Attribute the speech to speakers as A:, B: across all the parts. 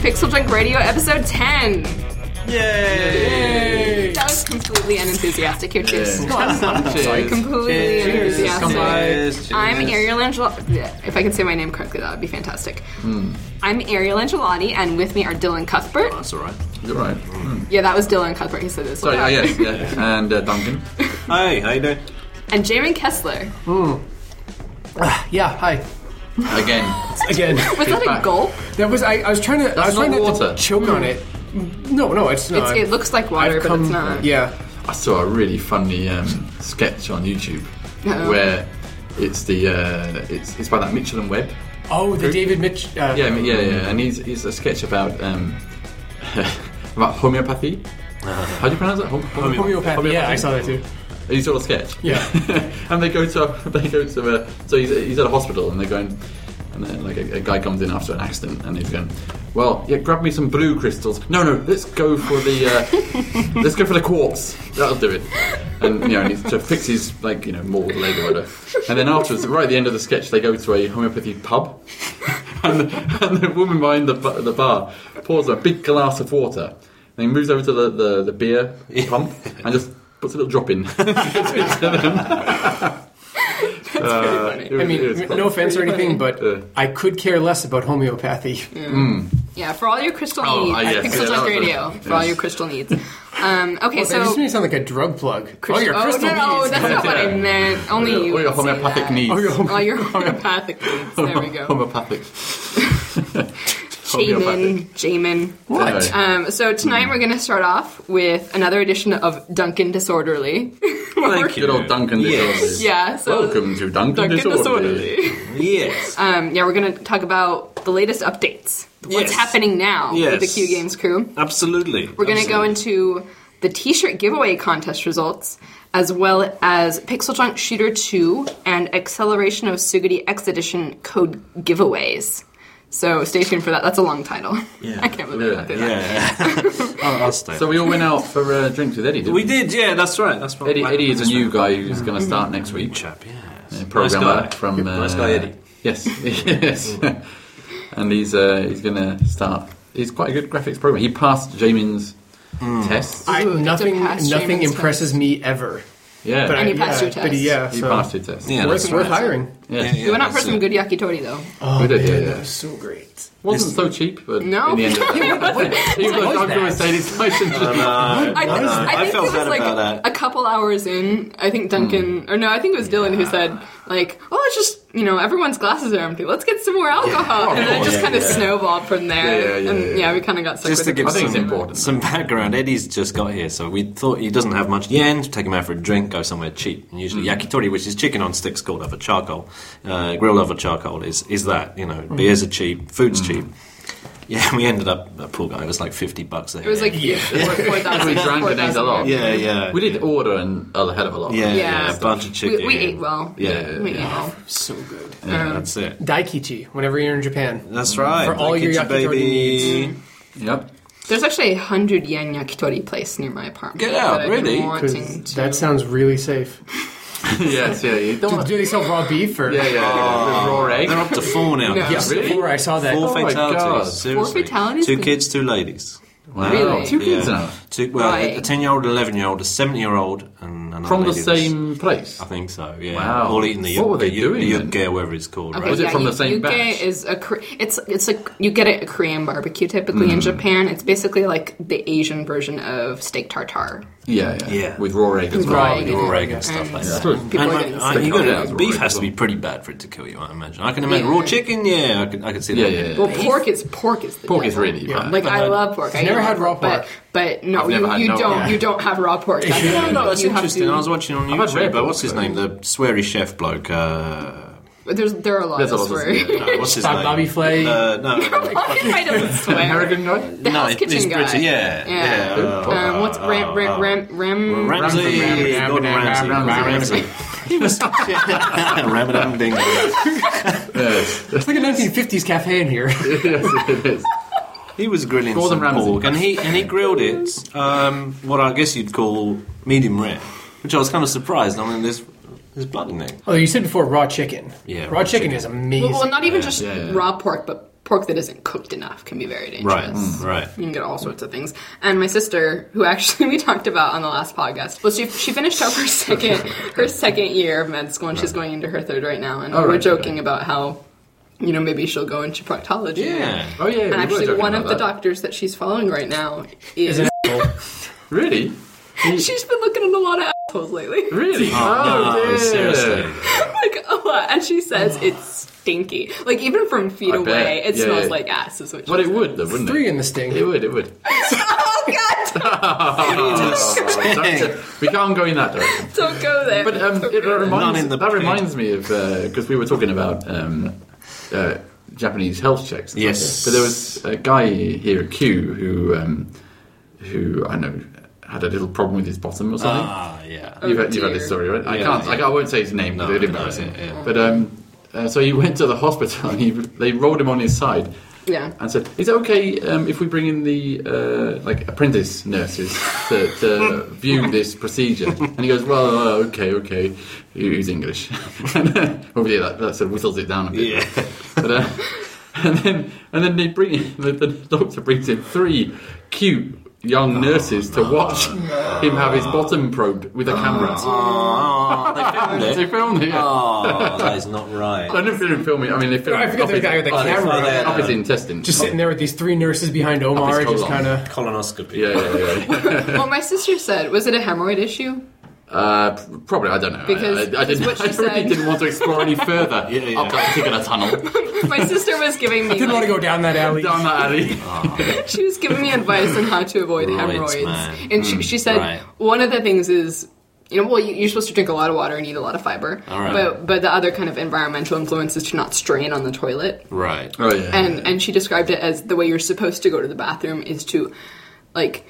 A: Pixel Junk Radio episode 10.
B: Yay!
A: That was completely unenthusiastic. Here, cheers.
B: Yeah.
A: Go on.
B: Cheers.
A: Completely enthusiastic.
B: Cheers. Cheers.
A: I'm Ariel Angelotti. If I can say my name correctly, that would be fantastic.
C: Hmm.
A: I'm Ariel Angelotti, and with me are Dylan Cuthbert.
D: That's all right.
C: You're right.
A: Yeah, that was Dylan Cuthbert. He said this.
C: Sorry, ah, yes, yeah. And uh, Duncan.
B: Hi, how you doing?
A: And Jamin Kessler.
D: Yeah, hi.
C: Again.
D: Again.
A: Was that a
C: back.
A: gulp?
D: That was I, I was trying to I was
C: not
D: trying not
C: water.
D: to choke on it. No, no, it's
A: It's,
C: Uh,
D: not.
A: it looks like water,
D: I've
A: but
D: come,
A: it's not.
D: Yeah.
C: I saw a really funny um, sketch on YouTube where it's the uh, it's, it's by that Mitchell and Webb.
D: Oh, the David Mitch uh,
C: Yeah, I mean, yeah, yeah. And he's, he's a sketch about um, about homeopathy. How do you pronounce it? Hom- hom-
D: homeopathy. Yeah, I saw that too.
C: He's got a sketch.
D: Yeah.
C: and they go to they go to a so he's, he's at a hospital and they're going and then like a, a guy comes in after an accident and he's going, well, yeah, grab me some blue crystals. No, no, let's go for the uh, let's go for the quartz. That'll do it. And you know, and he's to fix his like you know mauled leg or whatever. And then afterwards, right at the end of the sketch, they go to a homeopathy pub. And the, and the woman behind the, bu- the bar pours a big glass of water. Then moves over to the, the, the beer pump and just puts a little drop in. Uh,
A: funny.
C: it was-
D: I
C: it was
D: mean,
C: fun.
D: no offense or anything, but
C: Uh.
D: I could care less about homeopathy.
A: Yeah, for all your crystal
C: Oh,
A: needs
C: ah,
A: at Pixel
C: yes, yeah,
A: Junk
C: that was a-
A: Radio. For all
C: yes.
A: your crystal needs. Um, okay,
D: That
A: so
D: just made it sound like a drug plug. oh, your
A: oh,
D: crystal
A: no, no,
D: beads.
A: that's not what I meant. Only
C: All
A: you.
C: Oh, your
A: would say
C: homeopathic
A: that.
C: needs.
D: Oh, your home-
A: All your homeopathic needs. There we go.
C: Homeopathic.
A: Jamin, Jamin.
D: What?
C: Anyway.
A: Um, so tonight we're going to start off with another edition of Duncan Disorderly.
B: Thank you.
C: Good old Duncan
B: Yes.
C: Disorderly.
A: yeah, so
C: Welcome to Duncan,
A: Duncan
C: Disorderly.
A: Disorderly.
B: Yes.
A: Um, yeah, we're going to talk about the latest updates. What's
B: Yes.
A: happening now with the
B: Yes.
A: Q Games crew.
B: Absolutely.
A: We're going to go into the t-shirt giveaway contest results as well as Pixel Junk Shooter 2 and Acceleration of Sugity X Edition code giveaways. So stay tuned for that. That's a long title.
B: Yeah.
A: I can't believe I did that.
B: Yeah. I'll, I'll stay.
C: So we all went out for uh, drinks with Eddie, didn't we?
B: we did, yeah, that's right. That's what
C: Eddie,
B: what
C: Eddie is a
B: happened.
C: new guy who's going to start next week.
B: chap, yes.
C: A programmer
B: Nice guy.
C: from uh,
B: nice guy, Eddie. Mm.
C: Yes, yes. and he's uh, he's going to start. He's quite a good graphics programmer. He passed Jamin's
B: Mm.
C: tests.
D: I,
A: Ooh,
D: nothing
A: get to pass
D: nothing
A: Jamin's
D: impresses me ever.
C: yeah,
D: But I,
A: And he passed
D: yeah,
A: your
D: But
A: test.
D: yeah,
C: he
D: so-
C: passed his tests.
B: Yeah,
D: Worth,
B: that's
D: worth
B: right.
D: hiring.
C: Yes.
B: Yeah,
A: We went out for
B: that's
A: some
B: it.
A: good yakitori though.
D: Oh,
C: We did,
D: man,
C: yeah, yeah.
D: that was so great.
C: wasn't so cheap, but
A: No.
C: in the end, of it even though
D: was
C: Duncan
D: that?
C: was saying it's nice and cheap.
B: Oh,
A: I, think- I
B: I
A: think
B: felt
A: it was
B: bad
A: like
B: about that.
A: a couple hours in. I think
B: Hmm.
A: Duncan, or no, I think it was Dylan who said like, "Oh, it's just you know everyone's glasses are empty. Let's get some more alcohol," and then it just
B: yeah,
A: kind of
B: yeah.
A: snowballed from there.
C: Yeah, yeah, yeah,
A: and
C: yeah.
A: yeah, we kind of got stuck.
B: Just to
A: with it.
B: give
C: I think
B: some,
C: it's important.
B: some background, Eddie's just got here, so we thought he doesn't have much yen. Take him out for a drink, go somewhere cheap. And usually yakitori, which is chicken on sticks grilled over charcoal, uh, grilled over charcoal, is is that you know beers are cheap, food's cheap. Yeah, we ended up a poor guy. It was like fifty bucks.
A: it was like
D: Yeah.
A: four- four thousand-
C: We drank it down a lot.
B: yeah, yeah,
C: We did order an, a hell of a lot.
B: yeah, yeah,
A: Yeah.
B: a bunch of chicken.
A: We, we ate well.
B: Yeah,
C: yeah,
A: we
C: yeah.
A: ate well.
D: So good.
B: Yeah, that's it.
D: Daikichi, whenever you're in Japan.
B: That's right.
D: For all your
B: Yakitori
D: yakitori needs.
C: Yep.
A: There's actually a hundred yen yakitori place near my apartment.
B: Get out,
A: that I've been
B: really?
D: 'Cause
A: Wanting to.
D: That sounds really safe.
C: yes, yeah. You don't
D: Do,
C: want
D: do they sell raw beef or?
C: yeah, yeah. yeah. The
B: Oh.
C: raw egg.
B: They're up to four now.
A: No.
D: Yeah,
B: guys.
C: Really?
D: before I saw that.
B: Four
C: Oh my God.
B: fatalities. Seriously.
A: Four fatalities?
B: Two kids, two ladies.
C: Wow.
A: Really?
C: Two kids
B: Yeah.
C: now.
B: Two, well,
A: Right.
B: a ten-year-old, eleven-year-old, a seventy-year-old, and another
C: From the
B: lady that's-
C: same place.
B: I think so. Yeah.
C: Wow.
B: All eating the
C: What were
B: yuk- the
C: they
B: yuk- the
C: doing
B: yuk- whatever it's called.
A: Okay,
C: Was
B: Right?
C: it from
A: you-
C: the same
A: yuke
C: batch?
A: is a Kor- it's it's like you get it at Korean barbecue typically in Japan. It's basically like the Asian version of steak tartare.
C: Yeah, yeah.
B: Yeah.
C: With raw egg as well.
A: Raw egg.
B: Your Oregon stuff like
A: Yeah.
B: that.
C: Good.
A: People are
B: And,
A: getting
B: uh,
A: sick.
B: you gotta,
C: Yeah.
B: beef has to be pretty bad for it to kill you, I imagine. I can imagine raw
A: Yeah.
B: chicken. Yeah, I could, I could see
C: Yeah,
B: that.
C: yeah, yeah.
A: Well, pork is pork is the
C: Pork is
A: devil.
C: really bad.
A: Like I love pork. I
D: never
A: eat
D: had raw
A: But,
D: pork.
A: but no,
C: I've never
A: you,
C: had
A: you
C: no
A: don't.
C: raw.
A: You don't have raw pork. That's
B: Yeah, no, Oh, that's
A: you have
B: interesting.
A: to-
B: I was watching on
C: had red
B: YouTube. But
C: books,
B: what's his
C: but-
B: name? The sweary chef bloke. Uh,
A: There's there are a lot
C: There's a
A: of
C: lot of-
A: swear.
C: yeah.
B: no, what's his
D: Bob-
B: name?
D: Bobby Flay.
B: Uh, no,
A: I don't swear.
C: American guy?
A: The house kitchen
B: he's
A: guy.
B: British, yeah,
A: Yeah.
B: yeah. uh,
A: Um, what's ram ram
C: Oh,
A: ram ram?
B: Ramsey,
C: Ramsey,
B: Gordon
D: Ramsey,
B: Ramsay,
D: Ramsey.
B: Ramsey. He was Ram Ding.
C: Yes.
D: It's like a 1950s cafe in here.
C: yes, it is.
B: He was grilling
C: Gordon
B: some
C: Ramsay.
B: pork, and he and he grilled it. Um, what I guess you'd call medium rare, which I was kind of surprised. I mean, there's there's blood in there.
D: Although you Oh, said before raw chicken.
B: Yeah,
D: raw,
B: raw
D: chicken,
B: chicken.
D: is amazing.
A: Well, well, not even just
C: yeah, yeah.
A: raw pork, but pork that isn't cooked enough can be very dangerous.
B: Right,
C: mm,
B: right.
A: You can get all sorts of things. And my sister, who actually we talked about on the last podcast, well, she she finished up her second her second year of med school, and she's going into her third right now. And
C: Oh,
A: we're
C: right,
A: joking
C: okay.
A: about how, you know, maybe she'll go into proctology.
B: Yeah.
C: Oh yeah, we were
A: And actually,
C: joking
A: one of
C: about
A: the
C: that.
A: doctors that she's following right now is
C: Really?
A: she's been looking at a lot of assholes lately.
C: Really?
A: Oh,
C: Oh,
B: no,
C: dear.
B: Oh, seriously.
A: like a lot. And she says it's stinky. Like even from feet
C: I bet.
A: away, it
C: Yeah,
A: smells
C: yeah.
A: like ass. Is what she
C: But it
A: said.
C: would, though, wouldn't
D: Three
C: it?
D: in the sting.
C: It would. It would.
A: Oh God!
C: Oh, don't- we can't go in that direction.
A: Don't go there.
C: But um,
A: Don't
C: it
A: go there.
B: None
C: reminds,
B: in the
C: that
B: pig.
C: reminds me of because we were talking about um, uh, Japanese health checks. and
B: Yes.
C: stuff. but there was a guy here at Q who um, who I know had a little problem with his bottom or something.
B: Ah, yeah.
A: Oh,
C: you've, heard, you've heard
A: dear.
C: this story, right? I
B: Yeah,
C: can't.
B: yeah.
C: I, can't- I won't say his name.
B: No,
C: because it would
B: no,
C: embarrass him.
B: yeah, yeah.
C: But um, uh, so he went to the hospital and he, they rolled him on his side.
A: Yeah.
C: and said, "Is it okay um, if we bring in the uh, like apprentice nurses to, to view this procedure?" And he goes, "Well, uh, okay, okay." He- He's English. and, uh, obviously, that, that sort of whittles it down a bit.
B: Yeah.
C: But, uh, and then and then they bring in, the, the doctor brings in three cute young nurses to watch him have his bottom probed with a camera.
D: Ah.
B: Oh, they
C: They
B: filmed it.
C: filmed it. yeah.
B: Oh, that is not
C: I
B: right.
C: don't know if they didn't film it. I mean, they filmed
D: I forget
C: up
D: the
C: his-
D: guy with the
C: up his-
D: camera.
C: up his intestines.
D: Just sitting there with these three nurses behind
C: Up
D: Omar,
C: his
D: just
C: colon.
D: kind of.
B: Colonoscopy.
C: Yeah, yeah, yeah.
A: what my sister said was it a hemorrhoid issue?
C: Uh, p- probably, I don't know.
A: Because-
C: I, I, I,
A: because
C: didn't,
A: what
C: I
A: she
C: really
A: said-
C: didn't want to explore any further
B: Yeah, yeah.
C: up that particular tunnel
A: My sister was giving me
D: Didn't want to
A: like,
D: go down that alley.
C: down that alley.
A: she was giving me advice on how to avoid
B: Right,
A: hemorrhoids,
B: man.
A: and she,
C: Hmm,
A: she said
B: right.
A: one of the things is. You know, well, you- you're supposed to drink a lot of water and eat a lot of fiber,
B: All right.
A: but but the other kind of environmental influence is to not strain on the toilet.
B: Right.
C: Oh yeah,
A: and and she described it as the way you're supposed to go to the bathroom is to like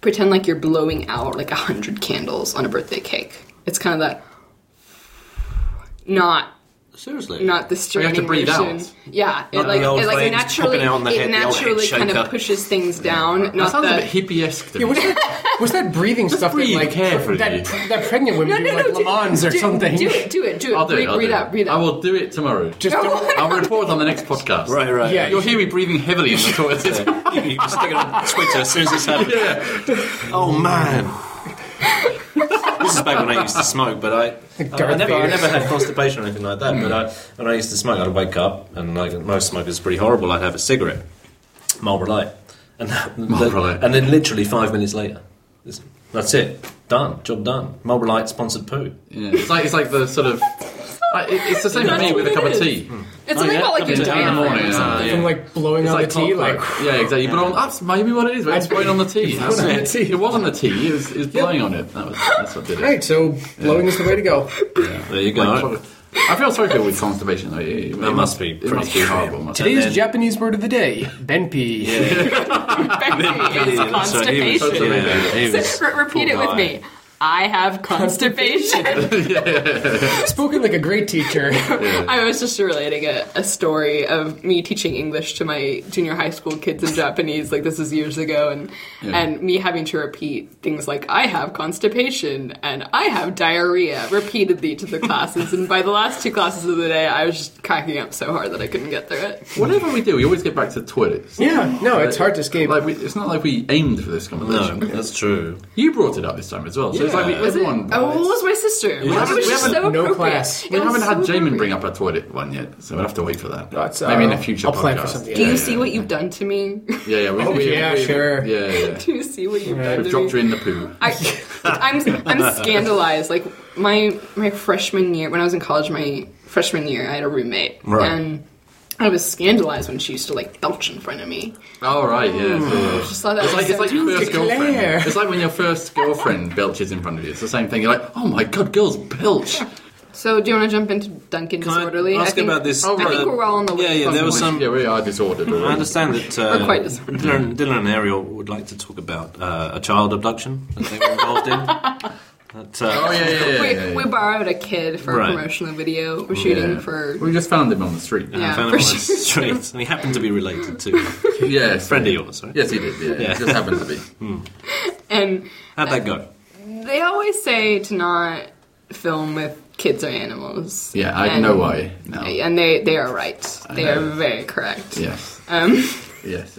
A: pretend like you're blowing out like a hundred candles on a birthday cake it's kind of that not
B: Seriously.
A: not the
C: you have
A: straining
C: to breathe out.
A: motion. yeah it
B: Not
A: like,
B: the old
A: it, like it
B: things
A: naturally
B: popping out on the
A: it
B: head, the old
A: naturally
B: head
A: kind of
B: shaker.
A: pushes things down
C: that
A: not
C: sounds
A: the,
C: a bit hippie-esque to
D: Yeah,
C: me.
D: what's that, what's that breathing stuff
C: Breathe
D: that like
C: carefully.
D: that, that pregnant women
A: no
D: do
A: no no
D: like
A: do,
D: Le Mans or
A: do-
D: something?
A: do it do it do it
C: I'll do
A: breathe,
C: it. I'll
A: breathe
C: do
A: out
C: it. Oh,
A: breathe
C: I
A: out
C: will do it tomorrow.
D: Just don't,
C: I'll report on the next podcast.
B: Right, right.
D: Yeah.
C: You'll hear me breathing heavily in the toilet.
B: you, you can stick it on Twitter as soon as this happens.
C: yeah.
B: Oh man. this is back when I used to smoke, but I, I, I never, I
D: Vader.
B: never had constipation or anything like that. But I, when I used to smoke, I'd wake up, and like most smokers, it's pretty horrible. I'd have a cigarette, Marlboro Light, and that,
C: Marlboro Light.
B: and then literally five minutes later, it's- that's it, done, job done. Marlboro Light sponsored poo.
C: Yeah. It's like it's like the sort of. I, it, it's the same for
A: That's
C: me with a
A: what
C: cup
A: it
C: of
A: is.
C: tea.
A: it's
B: Oh,
A: like
B: yeah,
A: about like
B: that'd
A: your
B: be
C: down in the morning,
A: diaphragm or
C: yeah.
A: something.
D: From like blowing
C: It's
D: on
C: like
D: the tea,
C: clockwork.
D: like
C: yeah, exactly. But on, that's maybe what it is. It's blowing on the tea.
D: blowing on the tea.
C: It wasn't the tea. It was, it was blowing on it. That was that's what did it.
D: right. So blowing is the way to go.
B: There you go.
C: Like, I feel sorry for people with constipation. Like, it, it
B: must be
C: It
B: pretty
C: must be horrible. must it?
D: Today's
B: then-
D: Japanese word of the day: benpi.
A: Benji is
B: Yeah, so he was-
A: constipation.
B: yeah, he was-
A: Re- Repeat it
B: poor
A: with me. I have constipation.
D: Spoken like a great teacher.
A: I was just relating a, a story of me teaching English to my junior high school kids in Japanese, like this is years ago, and and me having to repeat things like I have constipation and I have diarrhea repeatedly to the classes, and by the last two classes of the day, I was just cracking up so hard that I couldn't get through it.
C: Whatever we do, we always get back to toilets.
D: yeah. No, it's hard to escape.
C: Like we, it's not like we aimed for this
B: No,
C: conversation.
B: that's true.
C: You brought it up this time as well, so it's like we,
B: Yeah.
A: Was it?
C: everyone.
A: Oh, what was my sister?
C: We
A: That
C: haven't-
A: was
C: we
A: just
C: haven't-
A: so
D: no
A: appropriate.
D: class.
A: It
C: we
A: was
C: haven't
A: so
C: had Jamin
A: appropriate.
C: bring up a toilet one yet, so we'll have to wait for that.
D: That's,
C: Maybe in
D: uh,
C: a future
D: I'll
C: podcast.
D: plan for something.
A: Do you
C: yeah,
A: see
C: yeah.
A: what you've done to me?
C: Yeah, yeah, we,
D: Oh,
C: we,
D: yeah,
C: we,
D: sure.
C: Yeah, yeah.
A: Do you see what you've
C: yeah.
A: done
C: We've
A: to me?
C: dropped her in the poo.
A: I, I'm I'm scandalized. Like my my freshman year, when I was in college, my freshman year, I had a roommate,
B: Right.
A: and I was scandalized when she used to like belch in front of me.
C: All right, yeah. yeah, yeah.
A: Just thought that
C: It's
A: was
C: like,
A: so
C: it's like your first
D: declare.
C: girlfriend. It's like when your first girlfriend belches in front of you. It's the same thing. You're like, oh my god, girls belch.
A: So do you want to jump into Duncan
B: I
A: disorderly?
B: ask about this,
A: I
B: uh,
A: think we're all on the way.
B: yeah, yeah, there was some-
C: Yeah, we are disordered.
B: I
C: already.
B: understand that uh,
A: We're quite disappointed.
B: Dylan, Dylan and Ariel would like to talk about uh, a child abduction that they were involved in. That, uh,
C: Oh, yeah, yeah, yeah.
A: We,
C: yeah, yeah.
A: we borrowed a kid for
B: Right.
A: a promotional video we're shooting for.
C: We just found him on the street.
A: Yeah,
B: I found him on
A: for
B: the
A: sure.
B: street, and he happened to be related to
C: Yes.
B: friend of yours. Right?
C: Yes, he did. Yeah,
B: Yeah.
C: it just happened to be.
A: And
B: How'd that go?
A: they always say to not film with kids are animals.
C: Yeah, I know
A: Um,
C: why now.
A: And they, they are right. They
C: I
A: are
C: know.
A: very correct.
C: Yes.
A: Um,
C: Yes.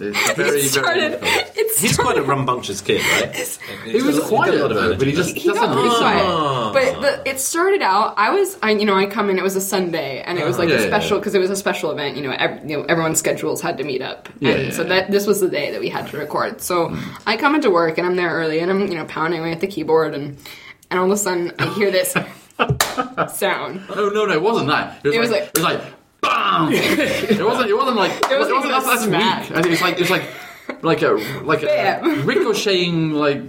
C: It's very,
A: it started.
C: very. difficult.
A: It
B: He's
A: started-
B: quite a rambunctious kid, right? He
C: He was quiet, though, but he just
A: He got
C: doesn't
A: pretty
C: listen.
A: quiet, but the, it started out. I was, I you know, I come in. It was a Sunday, and it was like
C: Yeah,
A: a
C: yeah,
A: special
C: yeah.
A: because it was a special event. You know, ev- you know, everyone's schedules had to meet up,
C: Yeah,
A: and
C: yeah, Mm.
A: so
C: yeah.
A: that this was the day that we had to record. So I come into work, and I'm there early, and I'm you know pounding away at the keyboard, and and all of a sudden I hear this sound.
C: No, no, no, it wasn't that. It was,
A: It was
C: like,
A: like-
C: it was like bam. it wasn't. It wasn't like.
A: wasn't
C: It, wasn't
A: even
C: that's,
A: a
C: that's
A: smack.
C: weak. I think It was like. It was like. Like a like a
A: Bam.
C: ricocheting like.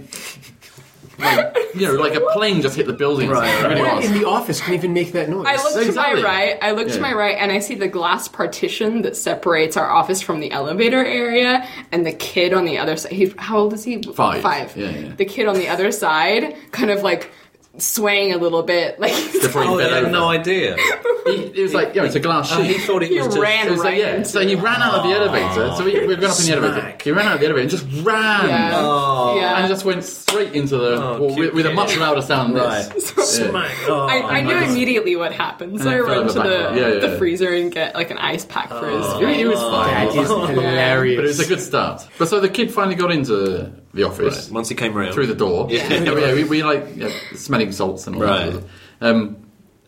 C: Like, you know, like a plane just hit the building. Right, it really
D: Anyone
C: was.
D: in the office can even make that noise.
A: I look
C: Exactly.
A: to my right. I look
C: Yeah.
A: to my right, and I see the glass partition that separates our office from the elevator area, and the kid on the other side. He, how old is he?
C: Five.
A: Five.
C: Yeah, yeah.
A: The kid on the other side, kind of like swaying a little bit, like
C: Before
B: Oh,
C: he
B: he
C: bent
B: had
C: over.
B: no idea.
C: He- it was like, you know, it's a glass sheet.
B: Oh, he thought
A: He
B: it was just.
A: ran.
C: So,
A: right
C: yeah,
A: into
C: so he ran out of the elevator. So we, we got up in the elevator.
B: Smack.
C: He ran out of the elevator and just ran.
A: yeah,
C: And
A: yeah.
C: just went straight into the.
B: Oh,
C: well, with,
B: cute
C: with a
B: kid.
C: much louder sound than
B: Right.
C: this.
A: So-
B: Smack. Oh,
A: I, I knew
C: I just-
A: immediately what happened, so I
C: fell
A: run
C: over
A: to the,
C: backward. Yeah, yeah,
A: the
C: yeah. Oh.
A: freezer and get like an ice pack for his.
C: It, was- it was fine.
D: That is hilarious.
C: But it was a good start. But so the kid finally got into the office
B: Once he came around.
C: through the door.
B: Yeah.
C: yeah, we- yeah, we, we like yeah, smelling salts and all
B: Right.
C: that. Um,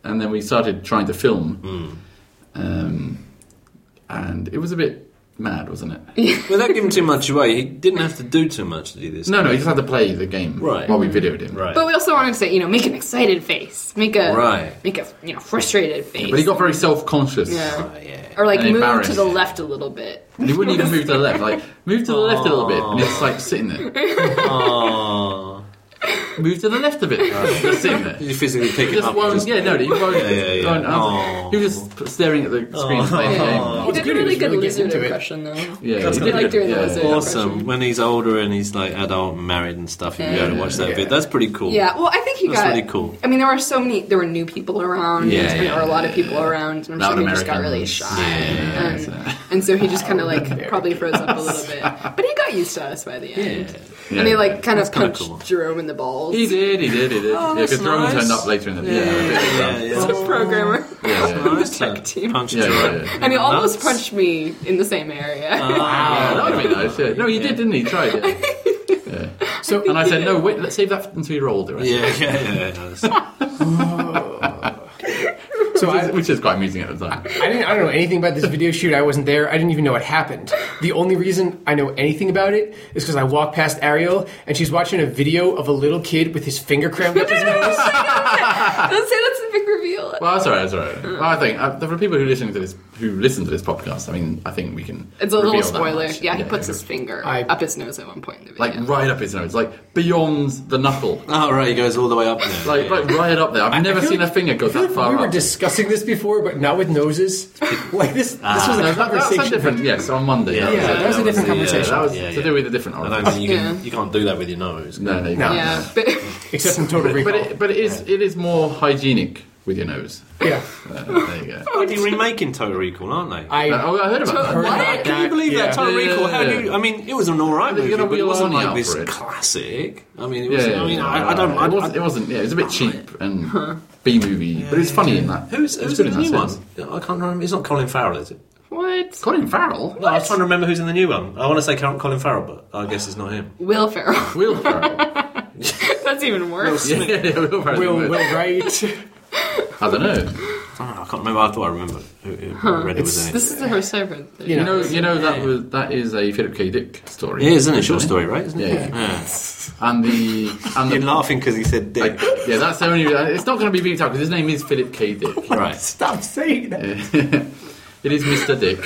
C: and then we started trying to
B: Hmm.
C: film. Um, and it was a bit mad, wasn't it?
B: Without giving too much away, he didn't have to do too much to do this.
C: no, no, he just had to play the game
B: Right.
C: while we videoed him.
B: Right.
A: But we also wanted to say, you know, make an excited face, make a
B: Right.
A: make a you know frustrated face.
C: But he got very self conscious.
A: Yeah.
B: Oh, yeah.
A: or like
C: And
A: move to
C: embarrassed.
A: the left a little bit.
C: And he wouldn't even move to the left. Like, move to the left a little bit. And he's just, like sitting there.
B: Aw.
C: Move to the left a bit. Just sitting there.
B: Did you physically pick it
C: Just
B: up?
C: one, yeah, no, he won't.
B: Yeah, yeah, yeah.
C: won't
B: Aw.
C: answer. He was just staring at the screen playing
A: He
C: the game.
A: did a
D: good, he
A: really
D: was
A: good
D: really
A: lizard
D: getting into it.
A: impression though.
C: Yeah,
B: That's
C: he
B: good.
C: did
B: Like
A: doing the lizard.
C: yeah.
B: awesome. When he's older and he's like adult and married and stuff, you'll be able to watch that
D: Yeah.
B: bit. That's pretty cool.
A: Yeah, well, I think he
B: That's
A: got.
B: really cool.
A: I mean, there were so many. There were new people around.
B: Yeah,
A: and there
B: yeah,
A: were a lot of people around, and I'm
C: Loud
A: sure he just got
C: Americans.
A: really shy.
C: Yeah, yeah,
A: and,
C: yeah.
A: and so he just kind of like probably froze up a little bit, but he got used to us by the end.
C: Yeah.
A: And they like Oh, kind of
B: kinda
A: punched
B: cool.
A: Jerome in the balls.
C: He did, he did, he did. yeah,
B: that's
C: because Jerome
B: nice.
C: turned up later in the
B: Yeah, yeah, yeah.
C: yeah,
A: He's a programmer.
C: yeah, yeah.
B: Nice.
A: tech team.
B: Punch
C: Yeah, yeah,
B: drunk.
C: yeah.
A: And he almost
B: Nuts.
A: punched me in the same area.
C: Yeah, that would have been nice. Yeah. No, he did, didn't he? He Tried it.
D: so
C: And I said, no, wait, let's save that until you're older.
B: Yeah, yeah, yeah. yeah. That's-
D: so I,
C: Which is quite amusing at the time.
D: I didn't. I don't know anything about this video shoot. I wasn't there. I didn't even know what happened. The only reason I know anything about it is because I walked past Ariel and she's watching a video of a little kid with his finger crammed up his nose.
A: Don't say that's a big reveal.
C: Well, that's alright, that's alright.
A: Mm.
C: Well, I think uh, for people who listen to this, who listen to this podcast, I mean, I think we can.
A: it's a little
C: reveal that
A: spoiler.
C: much.
A: Yeah, he puts his finger
D: I-
A: up his nose at one point in the video.
C: like right up his nose, like beyond the knuckle,
B: Oh, right, he goes all the way up there.
C: like like right up there. I've never
D: feel
C: seen a
D: like-
C: finger go that far
D: we were
C: up.
D: discussing this before, but not with noses. Like this. This was
C: No,
D: a
C: that- Ah. that's a
D: conversation.
C: different. Yes, on Monday. that
B: Yeah,
C: was
D: yeah,
C: it.
D: that was a different
B: the, uh,
D: conversation.
C: that was
B: yeah,
C: to
B: yeah.
C: do with a different
B: I
C: origin.
B: don't think you,
A: Yeah.
B: can, you can't do that with your nose.
C: No, no, you
D: No.
C: can't.
A: yeah, but
D: Except in Total Recall.
C: But it, but it is it is more hygienic with your nose.
D: yeah.
C: Uh, there you go.
B: They're remaking Total Recall, aren't they?
D: I
C: Uh, oh, I heard about
A: What?
C: that.
D: about
B: Can you believe
D: Yeah.
B: that Total
C: Yeah.
B: Recall? How do you, I mean, it was an alright
C: They're
B: movie,
C: gonna
B: but it
C: wheel
B: wasn't
C: Arnie
B: like
C: out
B: this
C: for it.
B: classic. I mean, it
C: Yeah,
B: was,
C: yeah,
B: I mean,
C: yeah.
B: I, I don't.
C: It
B: I,
C: wasn't. It wasn't. Yeah, it was a bit cheap and B movie, but it's funny in that.
B: I, who's
C: It's
B: who's
C: good
B: in the
C: in that
B: new one?
C: sense.
B: I can't remember. It's not Colin Farrell, is it?
A: what?
C: Colin Farrell.
B: No, I was trying to remember who's in the new one. I want to say Col- Colin Farrell, but I guess it's not him.
A: Will Ferrell.
C: Will Farrell.
A: That's even worse.
C: yeah, yeah, Will Ferrell.
D: will will write.
C: I don't know.
B: Ah, I don't know, I can't remember. I thought I remember who, who read it was in it.
A: This is the first I've heard. that.
D: You
C: You
D: know,
C: know, you know that was that is a Philip K. Dick story.
B: It is, isn't it? Short story, right? Isn't
C: Yeah,
B: it?
C: yeah. And the and
B: You're
C: the
B: laughing because he said dick.
C: yeah, that's the only. It's not going to be beeped out because his name is Philip K. Dick.
B: right.
D: Stop saying that.
C: It is Mr. Dick,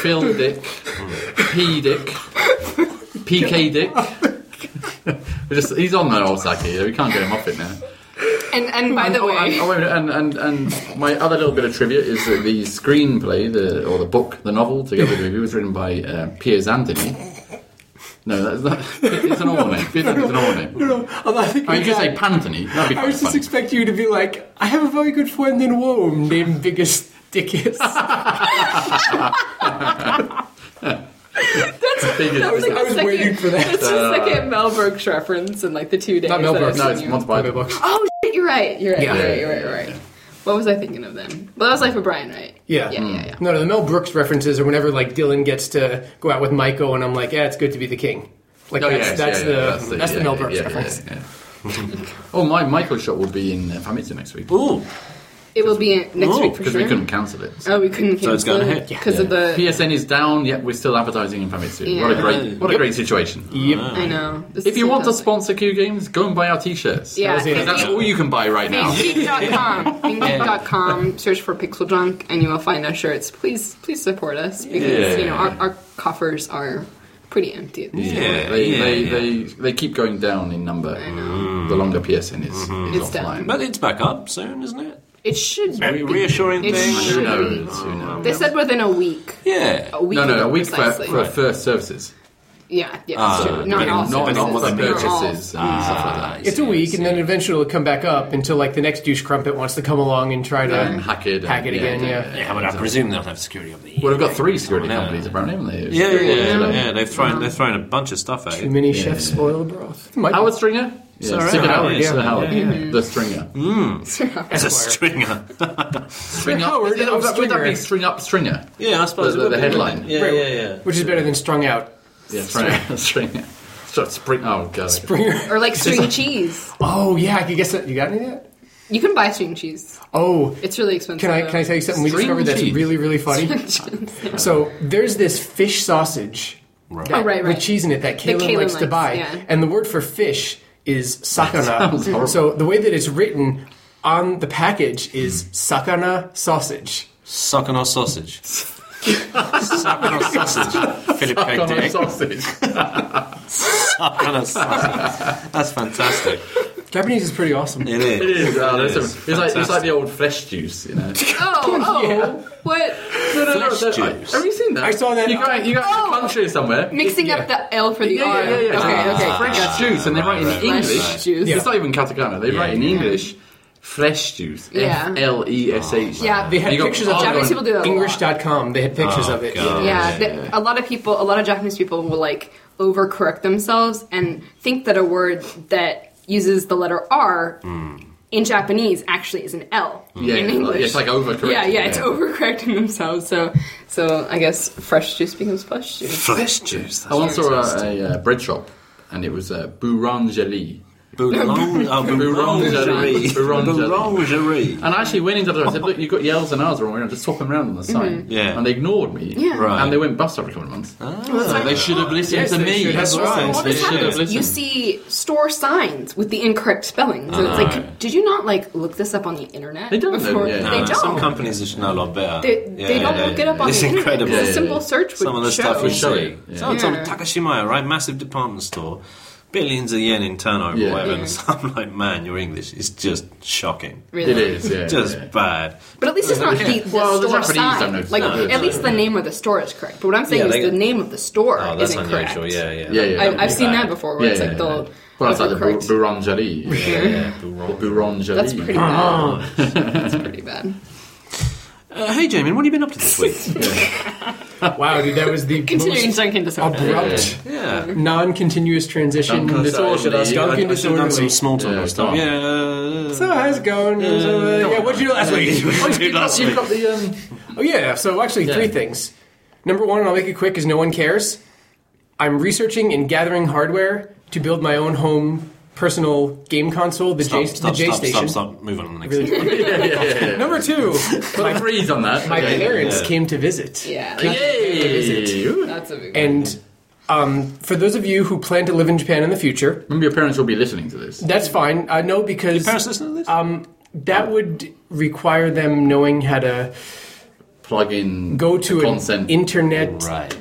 C: Phil Dick, P Dick, PK Dick. We're just, he's on the old sack here. We can't get him off it now.
A: And and by the
C: oh, and,
A: way,
C: oh, wait a minute, and, and, and my other little bit of trivia is that the screenplay, the, or the book, the novel, together with the movie, was written by uh, Piers Anthony. No, that's not. It's an ornament. Piers Anthony's an ornament.
D: No, although I think
C: I mean,
D: we
C: you could
D: got-
C: say Pantony. That'd be
D: I was just
C: funny.
D: expecting you to be like, I have a very good friend in Rome named Biggest Dickus.
C: Biggest-
A: that was like
D: I
A: the
D: was
A: second,
D: waiting for that.
A: That's the second Mel Brooks reference in like the two days.
D: Not Mel
A: that I've
D: Brooks,
C: No,
A: seen
C: it's
A: you.
C: Monty Python.
A: Oh shit! You're right. You're right. You're right. You're right. You're right. What was I thinking of then? Well, that was Life of Brian, right?
D: Yeah.
A: Yeah, yeah, yeah.
D: No, no, the Mel Brooks references are whenever like Dylan gets to go out with Michael, and I'm like, yeah, it's good to be the king. Like
C: Oh,
D: that's,
C: yes,
D: that's,
C: yeah,
D: the,
C: yeah,
D: that's the Mel Brooks
C: yeah, yeah,
D: reference.
C: yeah, yeah. oh, my Michael shot will be in uh, Famitsu next week
B: Ooh,
A: It will be in- next
B: Oh,
A: week for
C: because
A: sure.
C: we couldn't cancel it.
A: oh, we couldn't.
B: So it's
A: cancel
B: gone
A: it
B: ahead.
A: because of the.
C: PSN is down, yet we're still advertising in Famitsu. What a
A: Yeah.
C: great, what a great situation.
A: I know. This
C: If
A: is
C: you want to
A: fantastic.
C: sponsor Q Games, go and buy our t-shirts.
A: Yeah.
D: was the
C: Because that's all you can buy right now.
A: Binggeek.com. Binggeek.com. Search for Pixel Junk, and you will find our shirts. Please, please support us because you know our, our coffers are pretty empty. At this point.
B: yeah,
C: They,
B: yeah,
C: they,
B: yeah.
C: They, they keep going down in number the longer PSN is, is
A: Mm-hmm. It's down.
C: offline.
B: but it's back up soon, isn't it?
A: It should.
B: Very
A: be.
B: reassuring
A: It
B: thing.
A: should
C: Who
A: be.
C: knows? Who knows?
A: They said within a week.
B: Yeah.
A: A week.
C: No, no, a week for,
A: precisely.
C: for first services.
A: Yeah, yeah,
B: Ah,
A: that's true. Not in all
C: not, not,
A: services.
C: not
B: the
C: for
A: but in all- Ah.
C: purchases and stuff like
B: Ah,
C: that.
D: It's a week, and then eventually it'll come back up until like the next douche crumpet wants to come along and try to
C: And hack it.
D: hack it
C: and-
D: again. Yeah,
B: Yeah, but I presume they'll have security over the year.
C: Well, we've got three security
B: Yeah.
C: companies, apparently, haven't they?
B: Yeah, yeah, yeah,
C: Like-
B: yeah. They've thrown they've thrown a bunch of stuff at
D: too
B: you.
D: many chefs spoil the broth. Might-
C: Howard Stringer? Yeah,
B: all right.
C: Sir Howard,
B: Yeah,
C: Sir
B: yeah,
C: Howard.
B: yeah,
C: The Stringer.
A: Mm-hmm.
B: It's a stringer.
C: Stringer.
D: Howard
C: Is it-
D: of
C: would that- would that
D: Stringer.
C: be String Up Stringer?
B: yeah, I suppose
C: The-
B: it would
C: the
B: be.
C: headline.
B: Yeah, yeah, yeah.
D: which is better than strung out.
C: Yeah, Stringer. Stringer. So it's Spring. Oh, God.
D: Bringer.
A: Or like string cheese.
D: Oh yeah, I could guess that. You got any of that?
A: You can buy string cheese.
D: Oh,
A: It's really expensive.
D: can I
A: though.
D: can I tell you something we
C: String
D: discovered that's
C: cheese.
D: really really funny? So there's this fish sausage
B: Right.
A: Oh, right, right.
D: with cheese in it that Kaylin,
A: Kaylin
D: likes, to
A: likes,
D: buy,
A: yeah.
D: and the word for fish is
C: sounds horrible.
D: sakana. So the way that it's written on the package is sakana sausage.
B: Sucking our sausage. Sucking our sausage. Philip K.
C: Stringer
B: Dick.
C: sausage.
B: Sucking our sausage. That's fantastic.
D: Japanese is pretty awesome.
B: It is.
C: It is. Oh, that's
B: It
C: a- it's, like,
B: is.
C: it's like
B: Fantastic.
C: the old flesh juice, you know.
A: Oh, oh, what?
C: no, no, no,
B: Flesh
C: no,
B: juice.
C: Have you seen that?
D: I saw that.
C: You go, you go out in the
A: Oh.
C: country somewhere.
A: Mixing up the L for the
C: Yeah,
A: R.
C: yeah, yeah, yeah. Ah.
A: Okay, okay.
C: Fresh
A: got it.
C: juice, and they write in
B: Right, right,
A: Fresh
C: English.
A: juice.
D: Yeah.
C: It's not even katakana. They write in
B: Yeah.
C: English. Flesh juice.
A: Yeah.
C: F L E S H.
A: Yeah.
D: They had
C: You got
D: pictures of it
A: Japanese
D: on
A: people do that a lot.
D: English.com. They had pictures
B: Oh,
D: of it.
B: God.
A: yeah,
B: Yeah,
A: th- a lot of people, a lot of Japanese people will like overcorrect themselves and think that a word that uses the letter R in Japanese actually is an L
C: Yeah,
A: in
C: it's like-
A: English.
C: it's like overcorrecting,
A: Yeah, yeah, it's
C: yeah.
A: overcorrecting themselves. So, so I guess fresh juice becomes flesh juice.
B: Flesh juice.
C: I once saw a, a uh, bread shop, and it was uh, boulangerie.
B: Boulang- oh,
C: Boulangerie.
B: Boulangerie. Boulangerie.
C: And I actually went into the door. I said, "Look, you've got yells and R's wrong. We're going to just swap them around on the sign."
B: Yeah.
C: And they ignored me.
A: Yeah.
B: Right. Ah.
C: And they went bust every couple of months. so Ah, they should have listened
D: Yes,
C: to
D: they
C: me.
D: should have
C: That's
D: listened.
C: right.
A: All
C: They
A: this
C: should have
A: happens.
C: listened.
A: You see store signs with the incorrect spellings. And it's
B: know.
A: like, did you not like look this up on the internet?
C: They don't know,
A: before?"
C: yeah.
A: They
C: No,
B: Uh,
A: don't.
B: Some companies just know a lot better.
A: They, they
B: Yeah,
A: don't
B: yeah,
A: look it up on
B: it's
A: the
B: incredible.
A: internet. It's a
C: Yeah, yeah,
A: simple search would
B: Some of the
A: show.
B: stuff you
C: show
B: see.
C: it, yeah.
B: So it's on
A: Yeah.
B: Takashimaya, right? Massive department store, billions of yen in turnover,
C: Yeah.
B: or whatever.
A: Yeah.
B: And so I'm like, man, your English is just shocking.
A: Really.
C: It is. Yeah.
B: Just
C: yeah.
B: bad. Oh,
A: But at least it's not the, the
C: Well, the
A: store
C: Japanese
A: sign.
C: don't notice
A: like
C: that.
A: at least the name of the store is correct. But what I'm saying
B: Yeah,
A: is
B: they-
A: the name of the store
B: Oh, that's
A: isn't
B: unusual.
A: correct.
B: Yeah, yeah.
C: Yeah, yeah.
A: I,
C: that'd be
A: I've seen
C: bad.
A: that before. Where it's like they'll
C: Well, it's like the
A: overcorrect.
C: bou- boulangerie. Yeah.
B: yeah, yeah.
C: The boulangerie.
A: That's pretty bad.
B: Oh.
A: That's pretty bad.
B: Uh, hey, Jamie, what have you been up to this week?
D: Wow, dude, that was the
A: Continuing
D: most
A: junk into
D: abrupt,
B: yeah.
D: non-continuous transition.
C: Dunkin'
D: disorderly.
C: disorderly.
D: Dunkin'
B: I should have done some
D: disorderly.
B: small talk
C: Yeah,
B: stuff.
C: come on.
B: Yeah.
D: So how's it going? Yeah, yeah what'd you do last week?
B: What did you do last
C: You've
B: week?
C: got the um,
D: Oh yeah. So actually, three things. Number one, and I'll make it quick, because no one cares. I'm researching and gathering hardware to build my own home personal game console, the
B: Stop,
D: J,
B: stop,
D: the J
B: stop,
D: Station.
B: stop, stop. Move on to the next
D: Really?
B: one.
C: yeah, yeah, yeah.
D: Number two,
C: I freeze on that.
D: my
C: Okay.
D: parents
B: yeah.
D: came to visit.
A: Yeah.
C: Yay! Ooh.
A: That's a big.
D: And um, for those of you who plan to live in Japan in the future,
C: Remember, your parents will be listening to this.
D: that's fine. Uh, no, because
B: Parents listening to this?
D: that would require them knowing how to
C: Plug in.
D: go to
C: the
D: an
C: consent.
D: internet
B: right.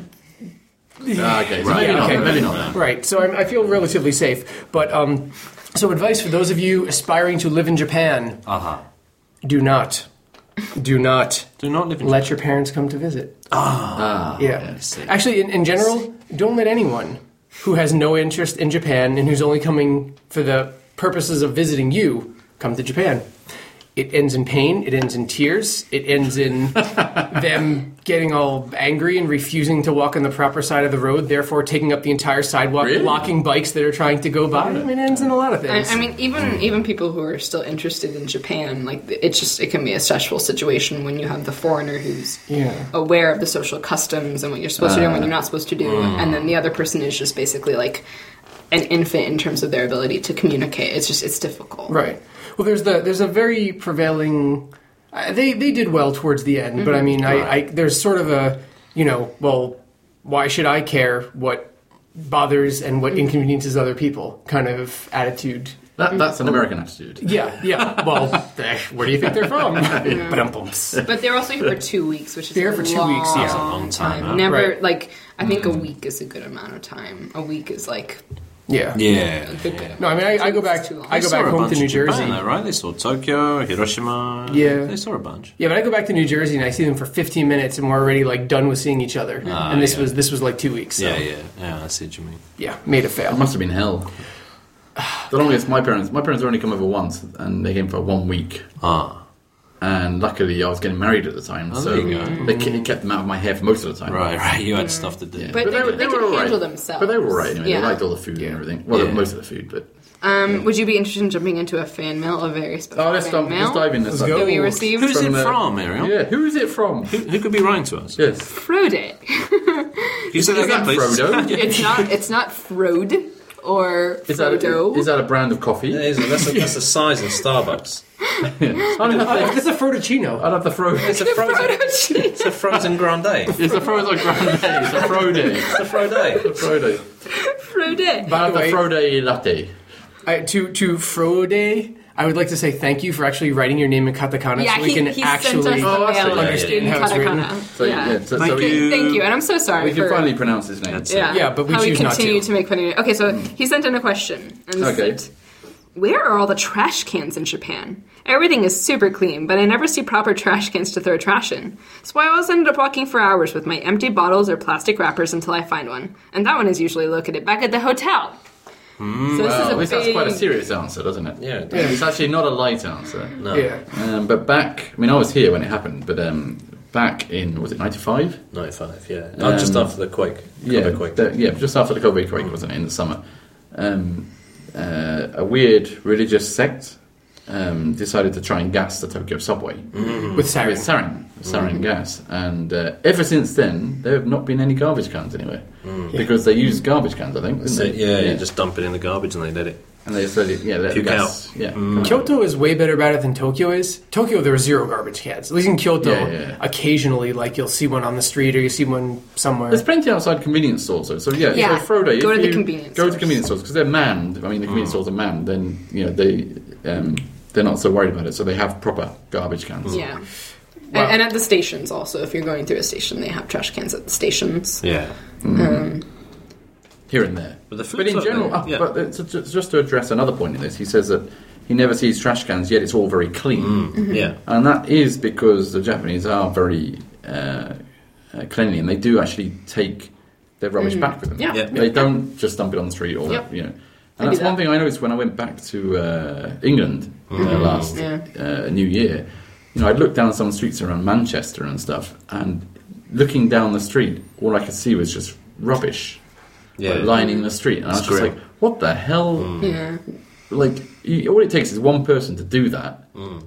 C: Ah, okay, so maybe
D: Yeah,
C: not.
D: okay.
C: Maybe not.
D: Right. So I'm, I feel relatively safe. But um, so advice for those of you aspiring to live in Japan:
B: Uh huh.
D: do not, do not
B: Do not live in.
D: let your parents come to visit. Ah. Yeah. Actually, in, in general, don't let anyone who has no interest in Japan and who's only coming for the purposes of visiting you come to Japan. It ends in pain. It ends in tears. It ends in them getting all angry and refusing to walk on the proper side of the road, therefore taking up the entire sidewalk,
C: Really?
D: blocking bikes that are trying to go by. I mean, it ends in a lot of
A: I,
D: things.
A: I mean, even even people who are still interested in Japan, like it's just it can be a stressful situation when you have the foreigner who's
D: Yeah.
A: aware of the social customs and what you're supposed to do and what
C: Uh.
A: you're not supposed to do,
C: Mm.
A: and then the other person is just basically like an infant in terms of their ability to communicate. It's just it's difficult.
D: Right. Well, there's the there's a very prevailing. Uh, they they did well towards the end,
B: Mm-hmm.
D: but I mean, I, I there's sort of a you know, well, why should I care what bothers and
B: Mm-hmm.
D: what inconveniences other people kind of attitude.
C: That, that's an American attitude.
D: Yeah, yeah. Well, eh, where do you think they're from? Ba-dum-bums.
A: But they're also here for two weeks, which is
D: They're
A: a
D: for two weeks, yeah. That's a
B: long time, huh?
A: Never
D: Right.
A: like I think
C: Mm.
A: a week is a good amount of time. A week is like
D: Yeah.
B: Yeah.
A: the good.
D: No, I mean, I, I go back.
A: It's too long.
D: I
B: They
D: go
B: saw
D: back
B: a
D: home
B: bunch
D: to New
B: in Japan,
D: Jersey.
B: though, right? They saw Tokyo, Hiroshima.
D: Yeah.
B: They saw a bunch.
D: Yeah, but I go back to New Jersey and I see them for 15 minutes, and we're already like done with seeing each other. and this
B: Ah, yeah.
D: was this was like two weeks. So,
B: Yeah, yeah. Yeah, I see what you mean.
D: yeah, made a
C: It
D: fail.
C: must have been hell. The longest my parents, my parents only come over once, and they came for one week.
B: Ah.
C: And luckily, I was getting married at the time,
B: Oh,
C: so
B: there you go.
C: they ke- kept them out of my hair for most of the time.
B: Right, right. You had stuff to do.
C: Yeah.
A: But they- they could
C: all
A: handle themselves.
C: But they were all right. Anyway.
A: Yeah.
C: They liked all the food and everything. Well,
B: Yeah.
C: most of the food, but
A: Um, would you be interested in jumping into a fan mail, a very special
C: oh, let's,
A: fan
C: dive-
A: mail
C: let's dive in. Let's
D: Let's
C: dive
D: go.
A: that we
D: Oh,
A: received?
B: Who's it
C: uh,
B: from, Ariel?
C: Yeah, who is it from?
B: Who, who could be writing to us?
C: Yes,
A: Frodo.
B: You said
C: is
B: that,
C: that
B: please.
C: Frodo?
A: It's not. It's not Frode or
C: Is that,
A: Frodo.
C: a, is that a brand of coffee?
B: Yeah, isn't it? that's, a, that's the size of Starbucks.
C: I'd, have the,
D: It's a Frodochino.
C: I'd have the Frodo.
B: It's a frozen,
A: Frodo
B: it's a frozen grande. It's
C: It's a Frodo Grande. It's a Frodo.
B: a Frode.
C: Frodo.
A: Frode.
C: I'd have the
D: Wait.
C: Frodo latte.
D: I, to to Frode, I would like to say thank you for actually writing your name in katakana
A: Yeah,
D: so we
A: he,
D: can
A: he sent
D: actually.
A: us the
C: Oh, I see.
A: mail
C: Yeah,
D: yeah,
A: in
D: yeah.
A: katakana.
C: So, yeah.
A: yeah.
C: so, so
B: Thank
C: we,
B: you.
A: Thank you, and I'm so sorry.
C: we can
A: for,
C: finally pronounce his name.
B: That's
A: Yeah,
D: Yeah, but we
A: how
D: choose
A: we
D: not
A: continue
D: to.
A: make fun of it. Okay, so he sent in a question. And this
C: Okay.
A: is it. Where are all the trash cans in Japan? Everything is super clean, but I never see proper trash cans to throw trash in. So I always ended up walking for hours with my empty bottles or plastic wrappers until I find one. And that one is usually located back at the hotel. so this is
C: Well, this
A: a
C: sounds
A: big...
C: quite a serious answer, doesn't it?
B: Yeah, it does.
C: It's actually not a light answer. No.
D: Yeah.
C: Um, but back, I mean, I was here when it happened, but um, back in, was it 95?
B: 95, yeah. Not just
C: Um,
B: after the quake.
C: Yeah,
B: Cover quake.
C: the- yeah, just after the COVID quake, wasn't it, in the summer? Um, uh, a weird religious sect um, decided to try and gas the Tokyo subway
D: with
B: Mm-hmm.
C: with
D: Sarin.
C: sarin, sarin gas. And uh, ever since then, there have not been any garbage cans anywhere because they used garbage cans, I think. Didn't
B: So,
C: they?
B: yeah, you just dump Mm. it in the garbage and they let it.
C: and they slowly, yeah, let the
B: Puke Mm.
C: gas, yeah, come out.
D: Kyoto is way better about it than Tokyo is. Tokyo, there are zero garbage cans. At least in Kyoto,
C: Yeah, yeah, yeah.
D: occasionally, like you'll see one on the street or you see one somewhere.
C: There's plenty outside convenience stores, though. So yeah,
A: Yeah,
C: so Friday,
A: go
C: if
A: to the
C: you
A: convenience
C: go to
A: stores. Mm.
C: convenience stores because they're manned. I mean, the convenience stores are manned. Then you know they um, they're not so worried about it, so they have proper garbage cans.
A: Yeah.
D: Wow.
A: And, and at the stations also. If you're going through a station, they have trash cans at the stations.
B: Yeah.
C: here and there.
B: But the food's
C: in
B: up
C: general,
B: there,
C: oh,
B: yeah.
C: but it's- it's- it's just to address another point in this, he says that he never sees trash cans, yet it's all very clean.
B: Mm. Yeah.
C: And that is because the Japanese are very uh, uh, cleanly, and they do actually take their rubbish back with them.
A: Mm. Yeah. Yeah.
C: They don't just dump it on the street or,
A: Yep.
C: you know.
A: They
C: And that's
A: do
C: one
A: that.
C: thing I noticed when I went back to uh, England uh, last
A: Yeah.
C: uh, New Year. You know, I'd look down some streets around Manchester and stuff, and looking down the street, all I could see was just rubbish
B: Yeah.
C: like, lining the street. And I was
B: It's
C: just
B: grim.
C: like, what the hell?
A: Yeah.
C: Like, you, all it takes is one person to do that,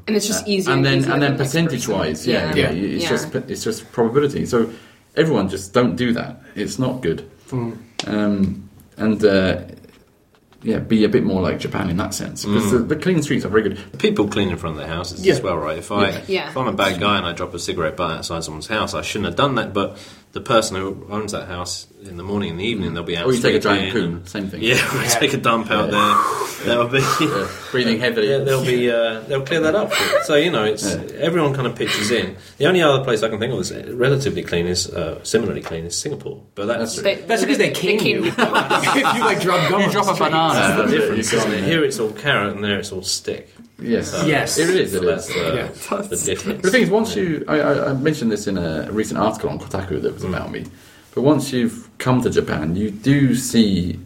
A: And it's just easier.
C: Uh, and then
A: easier
C: and then
A: for the next person.
C: percentage-wise, yeah,
D: Yeah.
C: yeah, it's
A: Yeah.
C: just it's just probability. So everyone just don't do that. It's not good.
D: Hmm.
C: Um, and uh, yeah, be a bit more like Japan in that sense because the,
B: Hmm.
C: the clean streets are very good.
B: People clean in front of their houses as
D: Yeah.
B: well, right? If I
A: Yeah.
B: if I'm a bad guy and I drop a cigarette butt outside someone's house, I shouldn't have done that. But the person who owns that house in the morning and the evening, they'll be out.
C: Or you take a giant
B: sleeping.
C: coon, same thing.
B: Yeah, or take a dump out there. That'll be.
C: Uh, breathing heavily.
B: Yeah, they'll be uh, they'll clear that up. So you know, it's everyone kind of pitches in. The only other place I can think of that's relatively clean is uh, similarly clean is Singapore, but that's,
C: That's
A: They-
D: That's because they cane you. if you like drop gum, on the street.
C: banana.
B: the
C: Yeah,
B: difference,
C: you
B: isn't
C: can't-
B: it? Here it's all carrot and there it's all stick.
C: Yes,
D: Yes.
C: it is.
B: So
C: It
B: that's
C: is.
B: the, the
C: But the
B: difference.
C: thing is, once you, I, I, I mentioned this in a recent article on Kotaku that was about me. But once you've come to Japan, you do see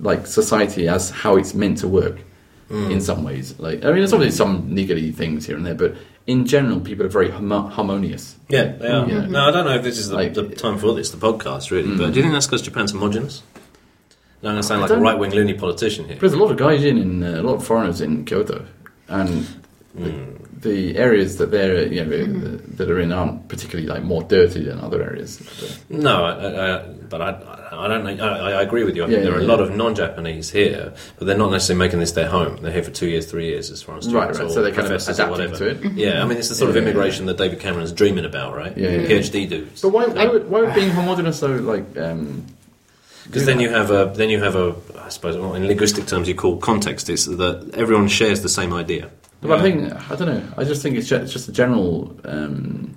C: like society as how it's meant to work. in some ways. Like I mean, there's obviously some niggly things here and there, but in general, people are very homo- harmonious.
B: Yeah, they are.
C: Yeah.
B: No, I don't know if this is the,
C: Like- mm.
B: the time for this, the podcast, really. But do you think that's because Japan's homogenous? I'm going to sound like a
C: don't-
B: right wing loony politician here.
C: But there's a lot of gaijin and uh, a lot of foreigners in Kyoto, and the, the areas that they're you know that are in aren't particularly like more dirty than other areas.
B: No, I, I, I- but I, I don't know. I, I agree with you. I think
C: Yeah,
B: there are
C: yeah,
B: a lot
C: yeah.
B: of non-Japanese here, but they're not necessarily making this their home. They're here for two years, three years, as far as
C: Right,
B: students
C: right.
B: or
C: So they're kind of
B: professors or
C: adapting
B: whatever.
C: to it.
B: Yeah, I mean, it's the sort
C: Yeah,
B: of
C: yeah,
B: immigration that David Cameron's dreaming about, right?
C: Yeah, yeah, yeah.
B: PhD dudes.
C: But why, why, would, why would being homogenous though like um,
B: Because then you have a then you have a I suppose well, in linguistic terms you call context. It's that everyone shares the same idea.
C: But I think I don't know. I just think it's just, it's just a general um,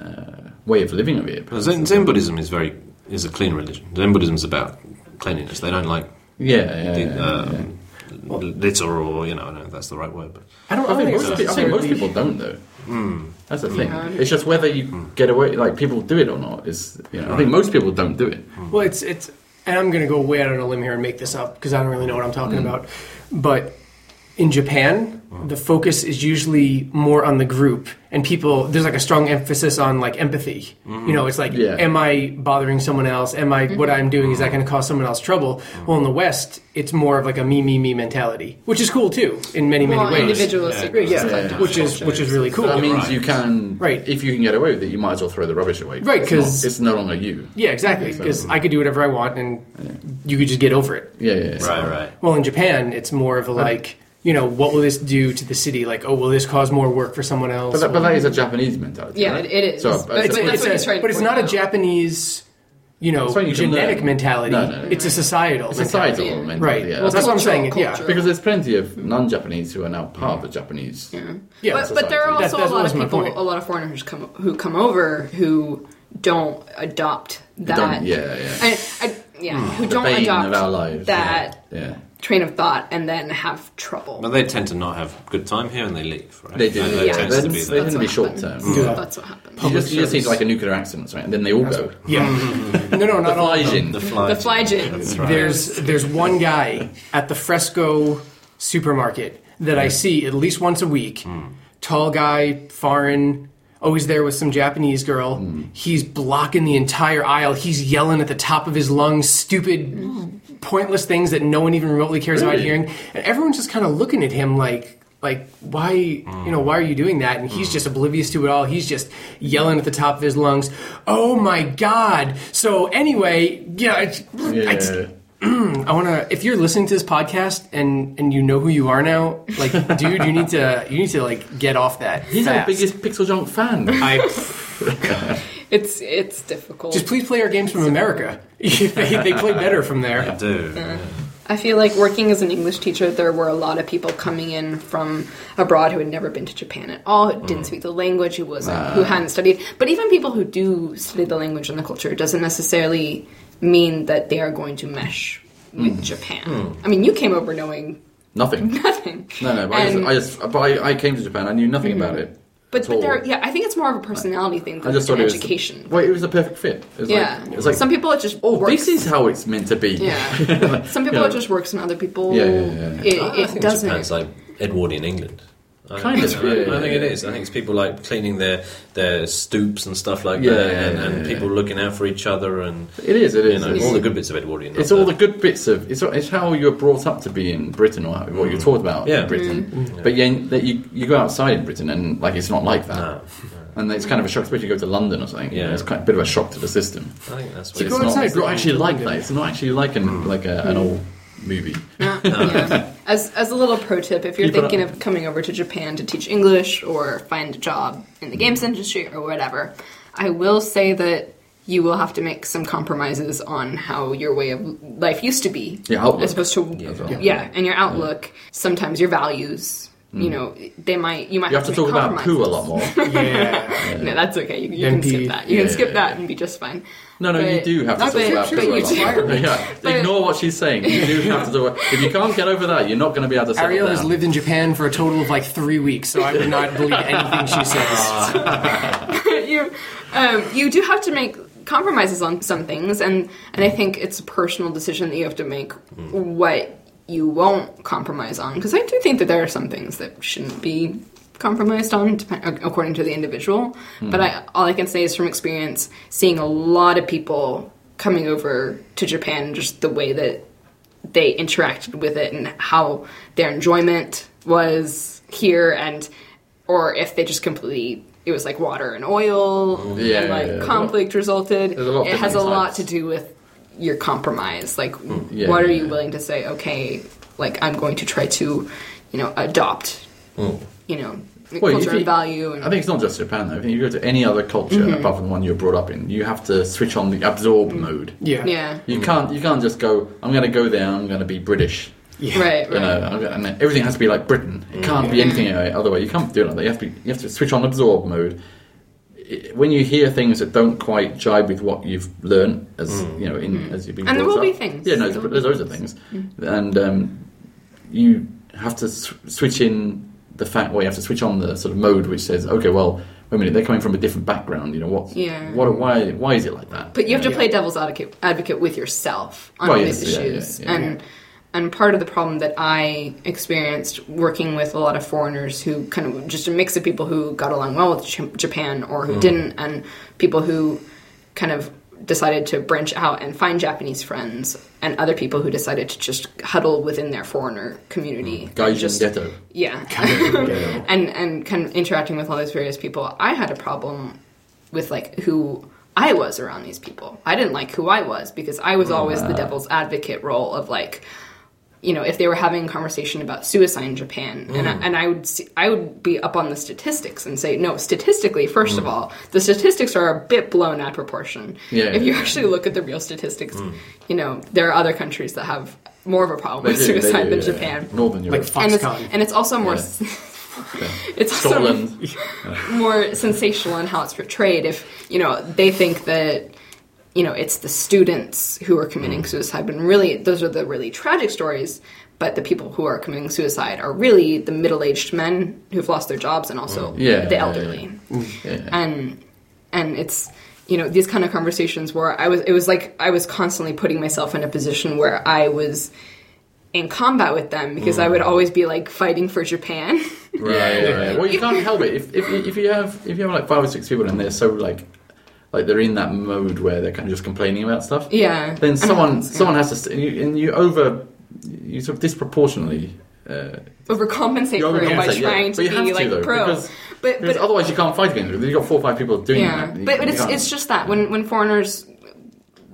C: uh, way of living over here.
B: Well, Zen, Zen Buddhism is very is a clean religion. Zen Buddhism's about cleanliness. They don't like
C: Yeah, yeah,
B: the,
C: yeah, yeah.
B: um, litter or you know I don't know if that's the right word. But
D: I don't
C: I think,
D: it's
C: most, pe- I think most
D: necessarily-
C: people don't though.
B: Hmm.
C: That's the thing.
D: Mm.
C: It's just whether you get away, like people do it or not. Is you know, I think most people don't do it.
B: Hmm.
D: Well, it's it's, and I'm going to go way out on a limb here and make this up because I don't really know what I'm talking about. But in Japan, the focus is usually more on the group, and people there's like a strong emphasis on like empathy. You know, it's like,
C: Yeah.
D: am I bothering someone else? Am I what I'm doing is that going to cause someone else trouble? Well, in the West, it's more of like a me me me mentality, which is cool too in many
A: Well,
D: many ways.
A: individualistic.
B: Yeah,
A: versus
D: yeah,
A: collective.
D: which is which is really cool.
C: That means you can,
D: Right.
C: If you can get away with it, you might as well throw the rubbish away.
D: Right,
C: It's not-
D: 'cause-
C: it's no longer you.
D: yeah, exactly. Because I could do whatever I want, and you could just get over it.
C: Yeah, yeah, yeah.
B: right.
D: Well, in Japan, it's more of a like, you know, what will this do to the city? Like, oh, will this cause more work for someone else?
C: But that, but that is a Japanese mentality.
A: Yeah,
C: right?
A: it- it is.
C: So,
A: But
C: I-
D: it's,
A: that's
D: it's
A: what
D: a-
A: he's trying to
D: but it's
A: point
D: not a
A: out.
D: Japanese, you know,
C: Something you can
D: genetic
C: learn.
D: mentality.
C: No, no, no.
D: It's a societal.
C: it's a
D: mentality.
C: societal
A: Yeah.
C: mentality.
D: Right.
C: Yeah.
D: Well, that's what I'm saying.
A: cultural-
D: Yeah.
A: cultural.
C: Because there's plenty of non-Japanese who are now part of the Japanese.
D: Yeah.
A: but, but there are
D: That's-
A: also
D: that's-
A: a lot of
D: that's my
A: people,
D: point.
A: a lot of foreigners who come who come over who don't adopt that.
C: don't- yeah, yeah.
A: I, I, yeah, who
C: The
A: don't
C: bane
A: adopt
C: of our lives.
A: that
C: Yeah. yeah.
A: train of thought and then have trouble.
B: But they tend to not have good time here and they leave. Right?
C: They do.
B: That- that
C: Yeah.
B: tends to
C: That's-
B: be
C: they
B: the-
C: tend to be
A: what
C: short
A: happens.
C: term.
D: Yeah.
A: That's what happens.
C: You just, you just need like a nuclear accident, right? And then they all go.
D: Yeah. no, no, not all. of them.
C: Gaijin.
B: the fly.
A: The fly gin.
B: That's right.
D: There's there's one guy at the Fresco supermarket that I see at least once a week.
B: Hmm.
D: Tall guy, foreign, always there with some Japanese girl.
B: Hmm.
D: He's blocking the entire aisle. He's yelling at the top of his lungs, stupid, pointless things that no one even remotely cares about
C: Really?
D: hearing. And everyone's just kind of looking at him like. Like why you
B: Hmm.
D: know why are you doing that? And he's just oblivious to it all. He's just yelling at the top of his lungs. Oh my god! So anyway, yeah, it's, it's-
C: Yeah.
D: I want to. If you're listening to this podcast and and you know who you are now, like, dude, you need to you need to like get off that.
C: He's our
D: fast.
C: biggest Pixel Junk fan.
D: I,
A: It's it's difficult.
D: just please play our games from America. they, they play better from
B: I
D: there.
B: do.
A: I feel like working as an English teacher, there were a lot of people coming in from abroad who had never been to Japan at all, who
C: Mm.
A: didn't speak the language, who wasn't, who hadn't studied. But even people who do study the language and the culture it doesn't necessarily mean that they are going to mesh
C: Mm.
A: with Japan. I mean, you came over knowing
C: Nothing.
A: nothing.
C: No, no. But I, just,
A: And-
C: I just, but I, I came to Japan. I knew nothing about it.
A: but,
C: at
A: but
C: all.
A: there, yeah, I think it's more of a personality thing
C: I
A: than
C: just thought
A: an
C: it was
A: education.
C: Well, it was a perfect fit. It was
A: yeah,
C: Like, it was like
A: some people it just
C: Oh,
A: works.
C: this is how it's meant to be.
A: yeah, some people
C: Yeah.
A: it just works, and other people
C: Yeah, yeah, yeah, yeah.
B: I
A: it, it
B: think
A: doesn't.
B: Japan's like Edwardian England. I
C: Kind
B: think
C: of,
B: so. Uh, I-
C: yeah,
B: I think it
C: yeah.
B: is. I think it's people like cleaning their their stoops and stuff like
C: Yeah,
B: that,
C: yeah,
B: and,
C: yeah,
B: and
C: yeah.
B: people looking out for each other, and
C: It is. It
B: you
C: is.
B: know
C: it's
B: all the good bits of Edwardian.
C: It's
B: not
C: all the good bits of it's, it's how you were brought up to be in Britain or how, what you're taught about
B: Yeah.
C: in Britain. But yeah, that you you go outside in Britain and like it's not like that.
B: No,
C: And it's kind of a shock, especially if you go to London or something. Yeah,
B: Yeah.
C: it's quite a bit of a shock to the system.
B: I think that's what
C: It's
B: it's
D: go
C: not,
D: outside,
C: it's not
D: go
C: actually
D: to
C: like
D: London.
C: that. Mm. It's not actually like an like a,
A: Mm.
C: an old movie.
A: Yeah, yeah. As, as a little pro tip, if you're
C: Keep it
A: thinking
C: up.
A: of coming over to Japan to teach English or find a job in the games
C: Mm-hmm.
A: industry or whatever, I will say that you will have to make some compromises on how your way of life used to be,
C: Your outlook.
A: as opposed to
C: As
A: yeah,
C: well.
A: and your outlook. Sometimes your values, you know, they might you might
C: Mm. You have to
A: make
C: talk about poo a
A: compromises.
C: lot more.
D: Yeah.
A: No, that's okay. You, you
D: Then
A: can
D: pee.
A: skip that. You can
C: Yeah,
A: skip
C: yeah,
A: that and be just fine.
C: No, no, you
A: But-
C: do have to
D: That's
C: talk
A: but-
C: about
A: but
C: poo a
A: you
C: lot
A: do.
C: more. Yeah.
A: But-
C: Ignore what she's saying. You do have to talk. If you can't get over that, you're not going to be able to. settle
D: Ariel
C: down.
D: has lived in Japan for a total of like three weeks, so I would not believe anything she says.
A: you um, you do have to make compromises on some things and and I think it's a personal decision that you have to make what you won't compromise on. Because I do think that there are some things that shouldn't be compromised on, depend- ac- according to the individual. But I, all I can say is from experience, seeing a lot of people coming over to Japan, just the way that they interacted with it and how their enjoyment was here, and or if they just completely. It was like water and oil,
C: Yeah,
A: and like
C: yeah, yeah.
A: conflict resulted.
C: There's a lot of
A: it has a
C: different
A: lot
C: types.
A: to do with your compromise. Like,
C: yeah,
A: what are
C: yeah,
A: you
C: yeah.
A: willing to say? Okay, like I'm going to try to, you know, adopt, you know,
C: Hmm. Well, if
A: culture
C: you-
A: and value. And, Mm-hmm.
C: I think it's not just Japan though. I think you go to any other culture apart from the one you're brought up in, you have to switch on the absorb
A: Mm.
C: mode.
D: Yeah.
A: yeah,
C: You can't you can't just go. I'm going to go there. I'm going to be British.
D: Yeah.
A: right, right.
C: You know, I'm gonna- and everything has to be like Britain. It can't be anything other way. You can't do it like that. You have to you have to switch on absorb mode. I- When you hear things that don't quite jibe with what you've learned, as you know, in, as you've been,
A: And there
C: brought
A: will be
C: up.
A: things.
C: Yeah, no,
A: There
C: there's,
A: will
C: there's
A: be
C: loads of things, and um, you have to sw- switch in the fact. Well, you have to switch on the sort of mode which says, okay, well, wait a minute, they're coming from a different background. You know what?
A: Yeah.
C: What? Why? Why is it like that?
A: But you have to
D: Yeah.
A: play devil's advocate, advocate with yourself on
C: Well,
A: these
C: yes, yeah,
A: issues,
C: yeah, yeah,
A: and and part of the problem that I experienced working with a lot of foreigners who kind of just a mix of people who got along well with J- Japan or
C: Mm.
A: who didn't, and people who kind of decided to branch out and find Japanese friends, and other people who decided to just huddle within their foreigner community. and
C: Mm. Gaijin
A: just-
C: ghetto.
A: yeah and and kind of interacting with all these various people i had a problem with like who i was around these people i didn't like who i was because i
C: Oh,
A: was always the devil's advocate role of like you know if they were having a conversation about suicide in japan and, I,
C: Mm.
A: and i would see, i would be up on the statistics and say no statistically first of all the statistics are a bit blown out of proportion
C: Mm. Yeah,
A: if
C: yeah,
A: you
C: yeah.
A: actually look at the real statistics you know there are other countries that have more of a problem
C: They
A: with
C: do, they
A: suicide
C: do,
A: than
C: yeah.
A: japan
C: Northern
D: Like
C: Europe,
A: and it's,
D: Foxconn.
A: and it's also more
C: Yeah.
A: s- it's also
C: Scotland.
A: more sensational in how it's portrayed if you know they think that you know it's the students who are
C: Mm.
A: committing suicide when really those are the really tragic stories but the people who are committing suicide are really the middle-aged men who've lost their jobs and also
C: Yeah,
A: the
C: yeah,
A: elderly
C: Yeah.
A: and and it's you know these kind of conversations where i was it was like i was constantly putting myself in a position where i was in combat with them because
C: Mm.
A: i would always be like fighting for japan
C: Right, right, right. Well, you can't help it if, if if you have if you have like five or six people and they're so like like they're in that mode where they're kind of just complaining about stuff.
A: yeah
C: Then
A: And
C: someone
A: that's- yeah.
C: someone has to st- and you, and you over you sort of disproportionately uh,
A: overcompensate
C: You
A: for it by
C: overcompensate, yeah.
A: trying
C: But you
A: to
C: have
A: be
C: to,
A: like
C: though,
A: pro.
C: because-
A: but
C: because
A: but
C: otherwise you can't fight against it. You've got four or five people doing
A: yeah,
C: that. You-
A: but, but
C: you
A: it's
C: can't.
A: it's just that when when foreigners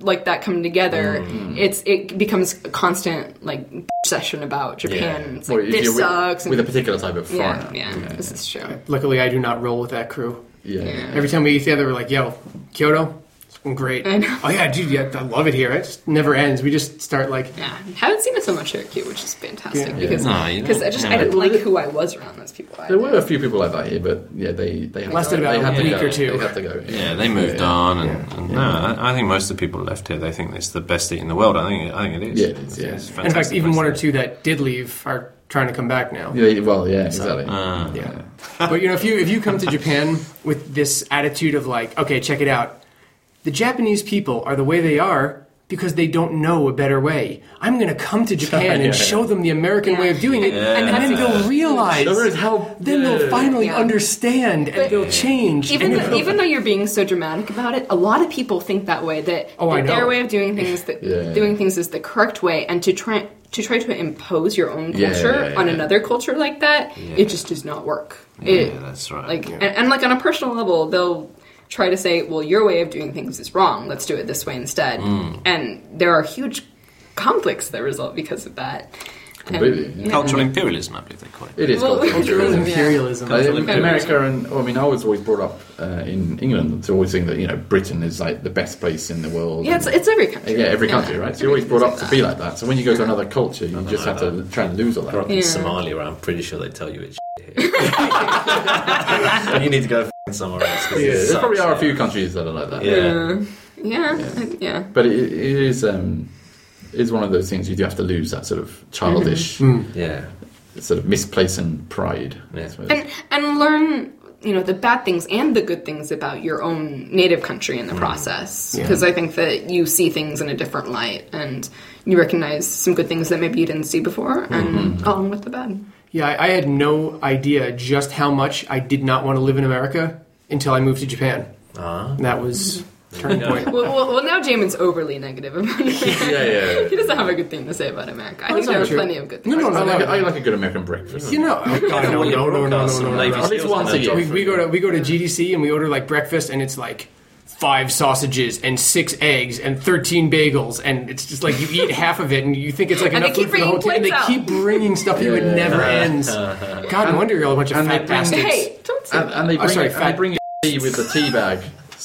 A: like that come together,
C: Mm.
A: it's it becomes a constant like session about Japan. It's like
C: Well, if
A: this
C: you're with,
A: sucks.
C: with a
A: and,
C: particular type of foreigner.
A: yeah, yeah, this is true.
D: Luckily, I do not roll with that crew.
C: yeah.
A: Yeah.
D: Every time we eat together, we're like, "Yo, Kyoto, it's been great."
A: I know.
D: Oh yeah, dude, yeah, I love it here. It just never ends. We just start like,
A: Yeah, haven't seen it so much here at Q, which is fantastic
D: Yeah.
A: because
B: No, you
A: cause
B: don't-
A: I just
B: no.
A: I didn't like who I was around those people. I
C: There were a few people like that here, but yeah, they they had
D: Lasted
C: to,
D: about
C: they
D: a
C: had to
D: week
C: go.
D: or two.
C: They had to go.
B: Yeah, they moved
C: Yeah.
B: on, and, and no, I, I think most of the people left here they think it's the best seat in the world. I think it, I think it is.
C: Yeah, it is, yeah.
B: It's a
C: In
D: in fact,
B: fantastic
D: even
B: place
D: one or
B: to
D: two that did leave are trying to come back now.
C: Yeah, well, yeah, exactly.
B: live.
D: Yeah. but you know, if you if you come to Japan with this attitude of like, okay, check it out, the Japanese people are the way they are because they don't know a better way. I'm going to come to Japan
C: Yeah.
D: and show them the American way of doing it,
A: Yeah.
D: and, then they'll realize.
C: They'll realize how-
D: then they'll
C: Yeah.
D: finally
A: Yeah.
D: understand and they'll change.
A: even
D: and
A: though,
D: they'll-
A: even though you're being so dramatic about it, a lot of people think that way. That,
D: Oh, I
A: that their
D: know.
A: way of doing things, that
C: Yeah.
A: doing things is the correct way, and to try to try to impose your own
C: Yeah,
A: culture
C: yeah, yeah,
A: on
C: yeah.
A: another culture like that,
B: Yeah.
A: it just does not work.
B: Yeah,
A: It-
B: that's right.
A: Like and, and like on a personal level, they'll try to say, "Well, your way of doing things is wrong. Let's do it this way instead."
D: Mm.
A: And there are huge conflicts that result because of that. And-
C: Completely, yeah.
B: Cultural imperialism, I believe they call it.
C: It is
A: Well,
C: cultural.
D: Imperialism.
A: Yeah.
D: imperialism.
C: Like,
B: Cultural
C: America and well, I mean, I was always brought up uh, in England to always think that you know Britain is like the best place in the world.
A: yeah, it's,
C: and-
A: it's every country.
C: yeah, every country, right? So you're always brought up to be like that. So when you go to another culture, you just
B: no,
C: have to try and lose all that.
B: In
A: Yeah.
B: Somalia, where I'm pretty sure they tell you it's here. you need to go f***ing somewhere else. 'cause it
C: Yeah, there
B: sucks,
C: probably are a
B: yeah.
C: few countries that are like that.
B: Yeah.
A: Yeah, yeah, I- yeah.
C: but it, it is um, it is one of those things you do have to lose that sort of childish,
A: Mm-hmm.
B: Yeah.
C: sort of misplacing pride.
B: Yeah.
C: I suppose.
A: and and learn you know the bad things and the good things about your
D: Mm.
A: own native country in the process because i think that you see things in a different light and you recognize some good things that maybe you didn't see before, and
D: Mm-hmm.
A: along with the bad.
D: Yeah, I, I had no idea just how much I did not want to live in America until I moved to Japan.
B: Ah.
D: That was turning point.
A: Well, well, well now Jamin's overly negative about America.
C: Yeah, yeah, yeah.
A: he doesn't have a good thing to say about America. I think
D: That's
A: there
D: Oh, not
A: are
D: true.
A: plenty of good
D: No,
A: things.
D: no, no,
C: I
D: no.
C: like, I
D: no.
C: like a good American breakfast.
D: You know, oh, God, no, no, no, no, no, no, no, no.
C: At least once a year.
D: We, we go to we go to GDC and we order like breakfast and it's like five sausages and six eggs and thirteen bagels and it's just like you eat half of it and you think it's like
A: And they
D: enough food
A: keep
D: for the whole
A: bringing
D: team and they
A: plates out.
D: keep bringing stuff that would never ends. God, no wonder you're all a bunch of
C: and they
D: fat
C: bring-
D: bastards.
A: Hey, don't say
C: And,
A: that.
C: and they
D: Oh,
C: bring,
D: sorry,
C: and
D: fat-
C: they bring you tea with the tea bag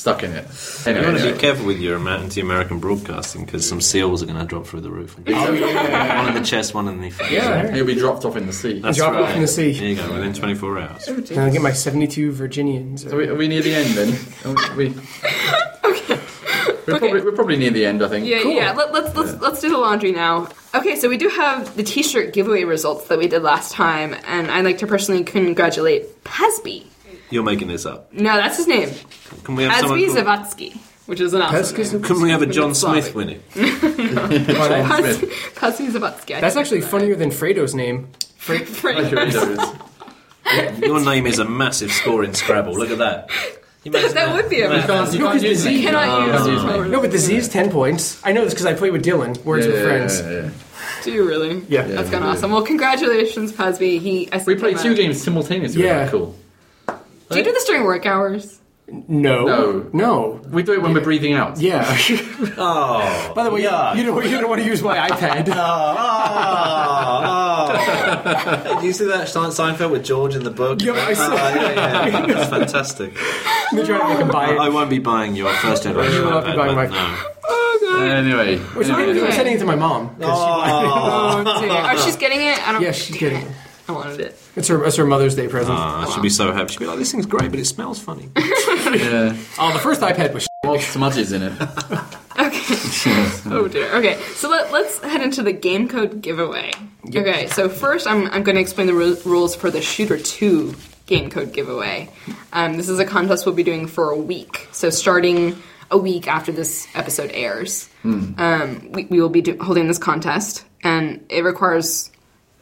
C: stuck in it. Anyway,
B: You want to be
C: anyway.
B: careful with your anti-American broadcasting because some seals are going to drop through the roof. one in the chest, one in the face.
D: Yeah.
C: He'll be dropped off in the sea.
B: That's
D: Drop
B: right.
D: off in the sea.
B: There you go. Within 24 hours.
D: And I get my seventy-two Virginians.
C: So we, are we near the end then? Are we, We're, probably, we're probably near the end, I think.
A: Yeah, yeah. Let, let's let's let's do the laundry now. Okay, so we do have the T-shirt giveaway results that we did last time, and I'd like to personally congratulate Pesby.
B: You're making this up.
A: No, that's his name,
B: Can we have someone?
A: Pesby
B: called-
A: Zavatsky, which is an awesome name.
B: Can we have a
A: Maybe
B: John
A: it's
B: Smith
A: Slavic.
B: win it?
A: Pesby Pesby Zavatsky. I
D: That's
A: think.
D: actually funnier than Fredo's name.
C: Like your windows.
B: Your name is a massive score in Scrabble. Look at that. Imagine
A: that would be a
B: Imagine
C: Because you can't use
A: Can
C: it.
A: I
C: Oh,
A: use?
C: excuse me.
D: No, but the Z is ten points. I know this because I play with Dylan. Words
C: Yeah,
D: with friends.
C: yeah, yeah, yeah.
A: Do you really?
D: Yeah.
A: That's kind
C: Yeah.
A: of awesome. Well, congratulations, Pesby. He. I
C: We played two
A: Do
C: games simultaneously.
D: Yeah.
C: Yeah. Cool.
A: you do this during work hours?
D: No,
C: No.
D: no.
C: We do it when we're breathing out.
D: Yeah.
B: Oh.
D: By the way,
B: Yeah.
D: you don't Ah, you don't want to use my iPad.
B: Oh, oh. Do you see that Sein- Seinfeld with George in the book?
D: ah, Yeah, I saw
B: Oh, yeah, yeah. That's fantastic.
D: They're trying to make him buy it.
B: I won't be buying your first generation.
D: You will not be
B: iPad,
D: buying
B: but
D: my-
B: no.
C: Oh, Anyway.
D: Which I'm
C: anyway,
A: Okay.
D: sending it to my mom. 'cause she-
A: Oh, dear. oh, she's getting it. I don't.
D: yeah,
A: Damn
D: she's kidding.
A: it. I wanted it.
D: It's her, it's her Mother's Day present.
B: Ah, I should be so happy. She'd be like, "This thing's great, but it smells funny."
C: yeah.
D: oh, the first iPad was.
C: Well, smudges in it. Hmm.
A: Oh dear. Okay, so let, let's head into the game code giveaway. Okay, so first I'm, I'm going to explain the ru- rules for the Shooter 2 game code giveaway. Um, this is a contest we'll be doing for a week. So starting a week after this episode airs,
C: Hmm.
A: um, we, we will be do- holding this contest, and it requires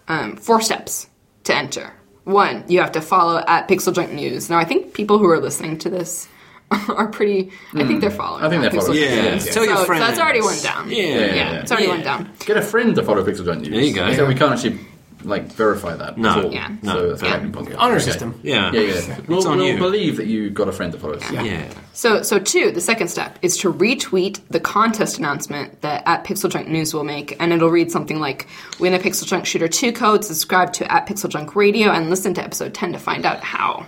A: um, four steps to enter. One, you have to follow at Pixel Junk News. Now, I think people who are listening to this are pretty. I think they're following.
C: Hmm. I think
A: at
C: they're
A: Pixel
C: following.
A: Junk
B: Yeah.
A: News.
B: Tell your
A: So-
B: friends.
A: So that's already one down.
B: Yeah.
A: yeah,
C: Yeah.
A: it's already
B: Yeah.
A: one down.
C: Get a friend to follow Pixel Don't Use.
B: There you go.
C: So we can't actually like verify that.
B: No.
C: at all.
A: Yeah.
B: No.
C: So that's
A: Yeah.
C: quite impossible.
D: Honor
C: Okay.
D: system.
B: Yeah,
C: Yeah, yeah. We'll,
B: on
C: we'll
B: you.
C: believe that you got a friend to follow us.
B: yeah.
A: So, so two, the second step is to retweet the contest announcement that at Pixel Junk News will make, and it'll read something like, "Win a Pixel Junk Shooter Two code. Subscribe to at Pixel Junk Radio and listen to episode ten to find out how."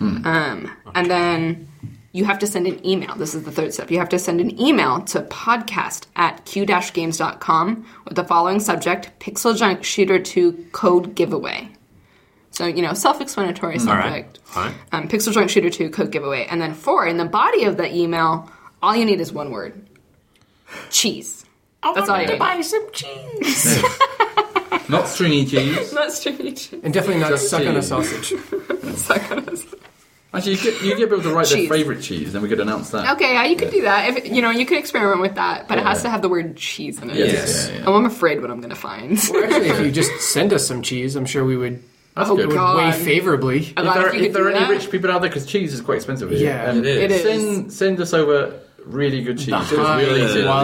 B: Hmm.
A: Um, And then you have to send an email. This is the third step. You have to send an email to podcast at q-games.com with the following subject: Pixel Junk Shooter Two code giveaway. So you know, self-explanatory subject
B: right. Hmm. All right.
A: um, Pixel Junk Shooter 2 code giveaway. And then four, in the body of the email, all you need is one word cheese. That's all you need.
D: some cheese.
C: Not stringy cheese.
A: That's cheese.
D: And definitely not
C: Just
D: suck on a
C: cheese.
D: sausage.
C: Actually, you could, you could be able to write
A: Cheese.
C: their favourite cheese, then we could announce that.
A: Okay, yeah, you could do that. If you know, you could experiment with that, but it has
C: Yeah.
A: to have the word cheese in it.
C: Yes.
B: Yes.
C: Yeah, yeah.
A: Oh, I'm afraid what I'm gonna find.
D: Actually, if you just send us some cheese, I'm sure we would
C: That's
A: Oh,
C: good.
A: God.
D: weigh favorably.
A: A
C: If
A: lot
C: there,
A: if you
C: if
A: could
C: there
A: do
C: are any
A: that.
C: rich people out there, because cheese is quite expensive. Isn't
D: Yeah.
C: it? Um,
A: It is.
C: Send, send us over really good cheese. we'll eat it.
D: high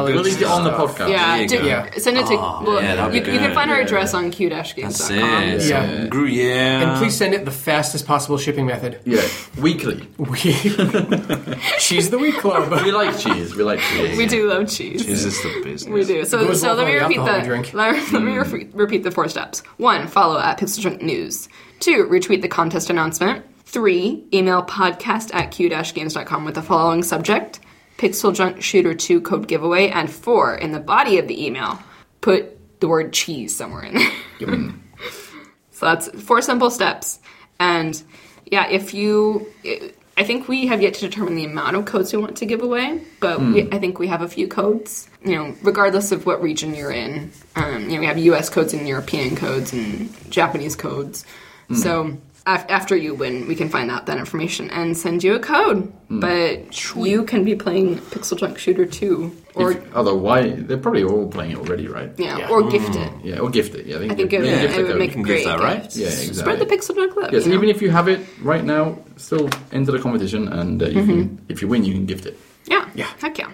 C: We'll eat it on the podcast.
A: yeah,
B: There you
A: do-
B: go.
D: Yeah.
A: send it to.
B: Oh,
A: well,
B: yeah, that'd be
A: you, you can
B: good.
A: find our
C: Yeah.
A: address on
B: That's
A: q-games.com.
B: it.
D: Yeah.
B: Some Gruyere.
D: And please send it the fastest possible shipping method.
C: Yeah. Weekly.
D: We She's the Week Club.
C: We like cheese. We like cheese.
A: We do love cheese.
B: Is this the business?
A: We do. So,
D: Goes
A: so
D: along
A: let me
D: with
A: repeat
D: the alcohol we
A: the
D: drink. Hmm.
A: let, let me refe- repeat the four steps. One, follow at Pixel Junk News. Two, retweet the contest announcement. Three, email podcast at q-games.com with the following subject: Pixel Junk Shooter Two code giveaway. And four, in the body of the email, put the word cheese somewhere in there. So that's four simple steps. And yeah, if you, I think we have yet to determine the amount of codes we want to give away, but we, I think we have a few codes. You know, regardless of what region you're in, um, you know, we have U.S. codes and European codes and Japanese codes. So af- after you win, we can find out that information and send you a code. But you can be playing Pixel Junk Shooter 2 or
C: If- although why they're probably all playing it already, right?
A: yeah,
D: Yeah.
A: or gift it.
C: Yeah, or gift it. Yeah, they
A: I think it would,
C: they
B: Yeah,
C: gift
A: it
C: the
A: would
C: code.
A: make a
B: can give
A: great
B: that, right?
A: gift.
C: Yeah,
A: Spread the
C: exactly.
A: Pixel Junk love.
C: Yes,
A: you
C: and
A: know?
C: even if you have it right now, still enter the competition, and uh, you
A: Mm-hmm.
C: can, if you win, you can gift it.
A: yeah,
D: Yeah.
A: heck yeah.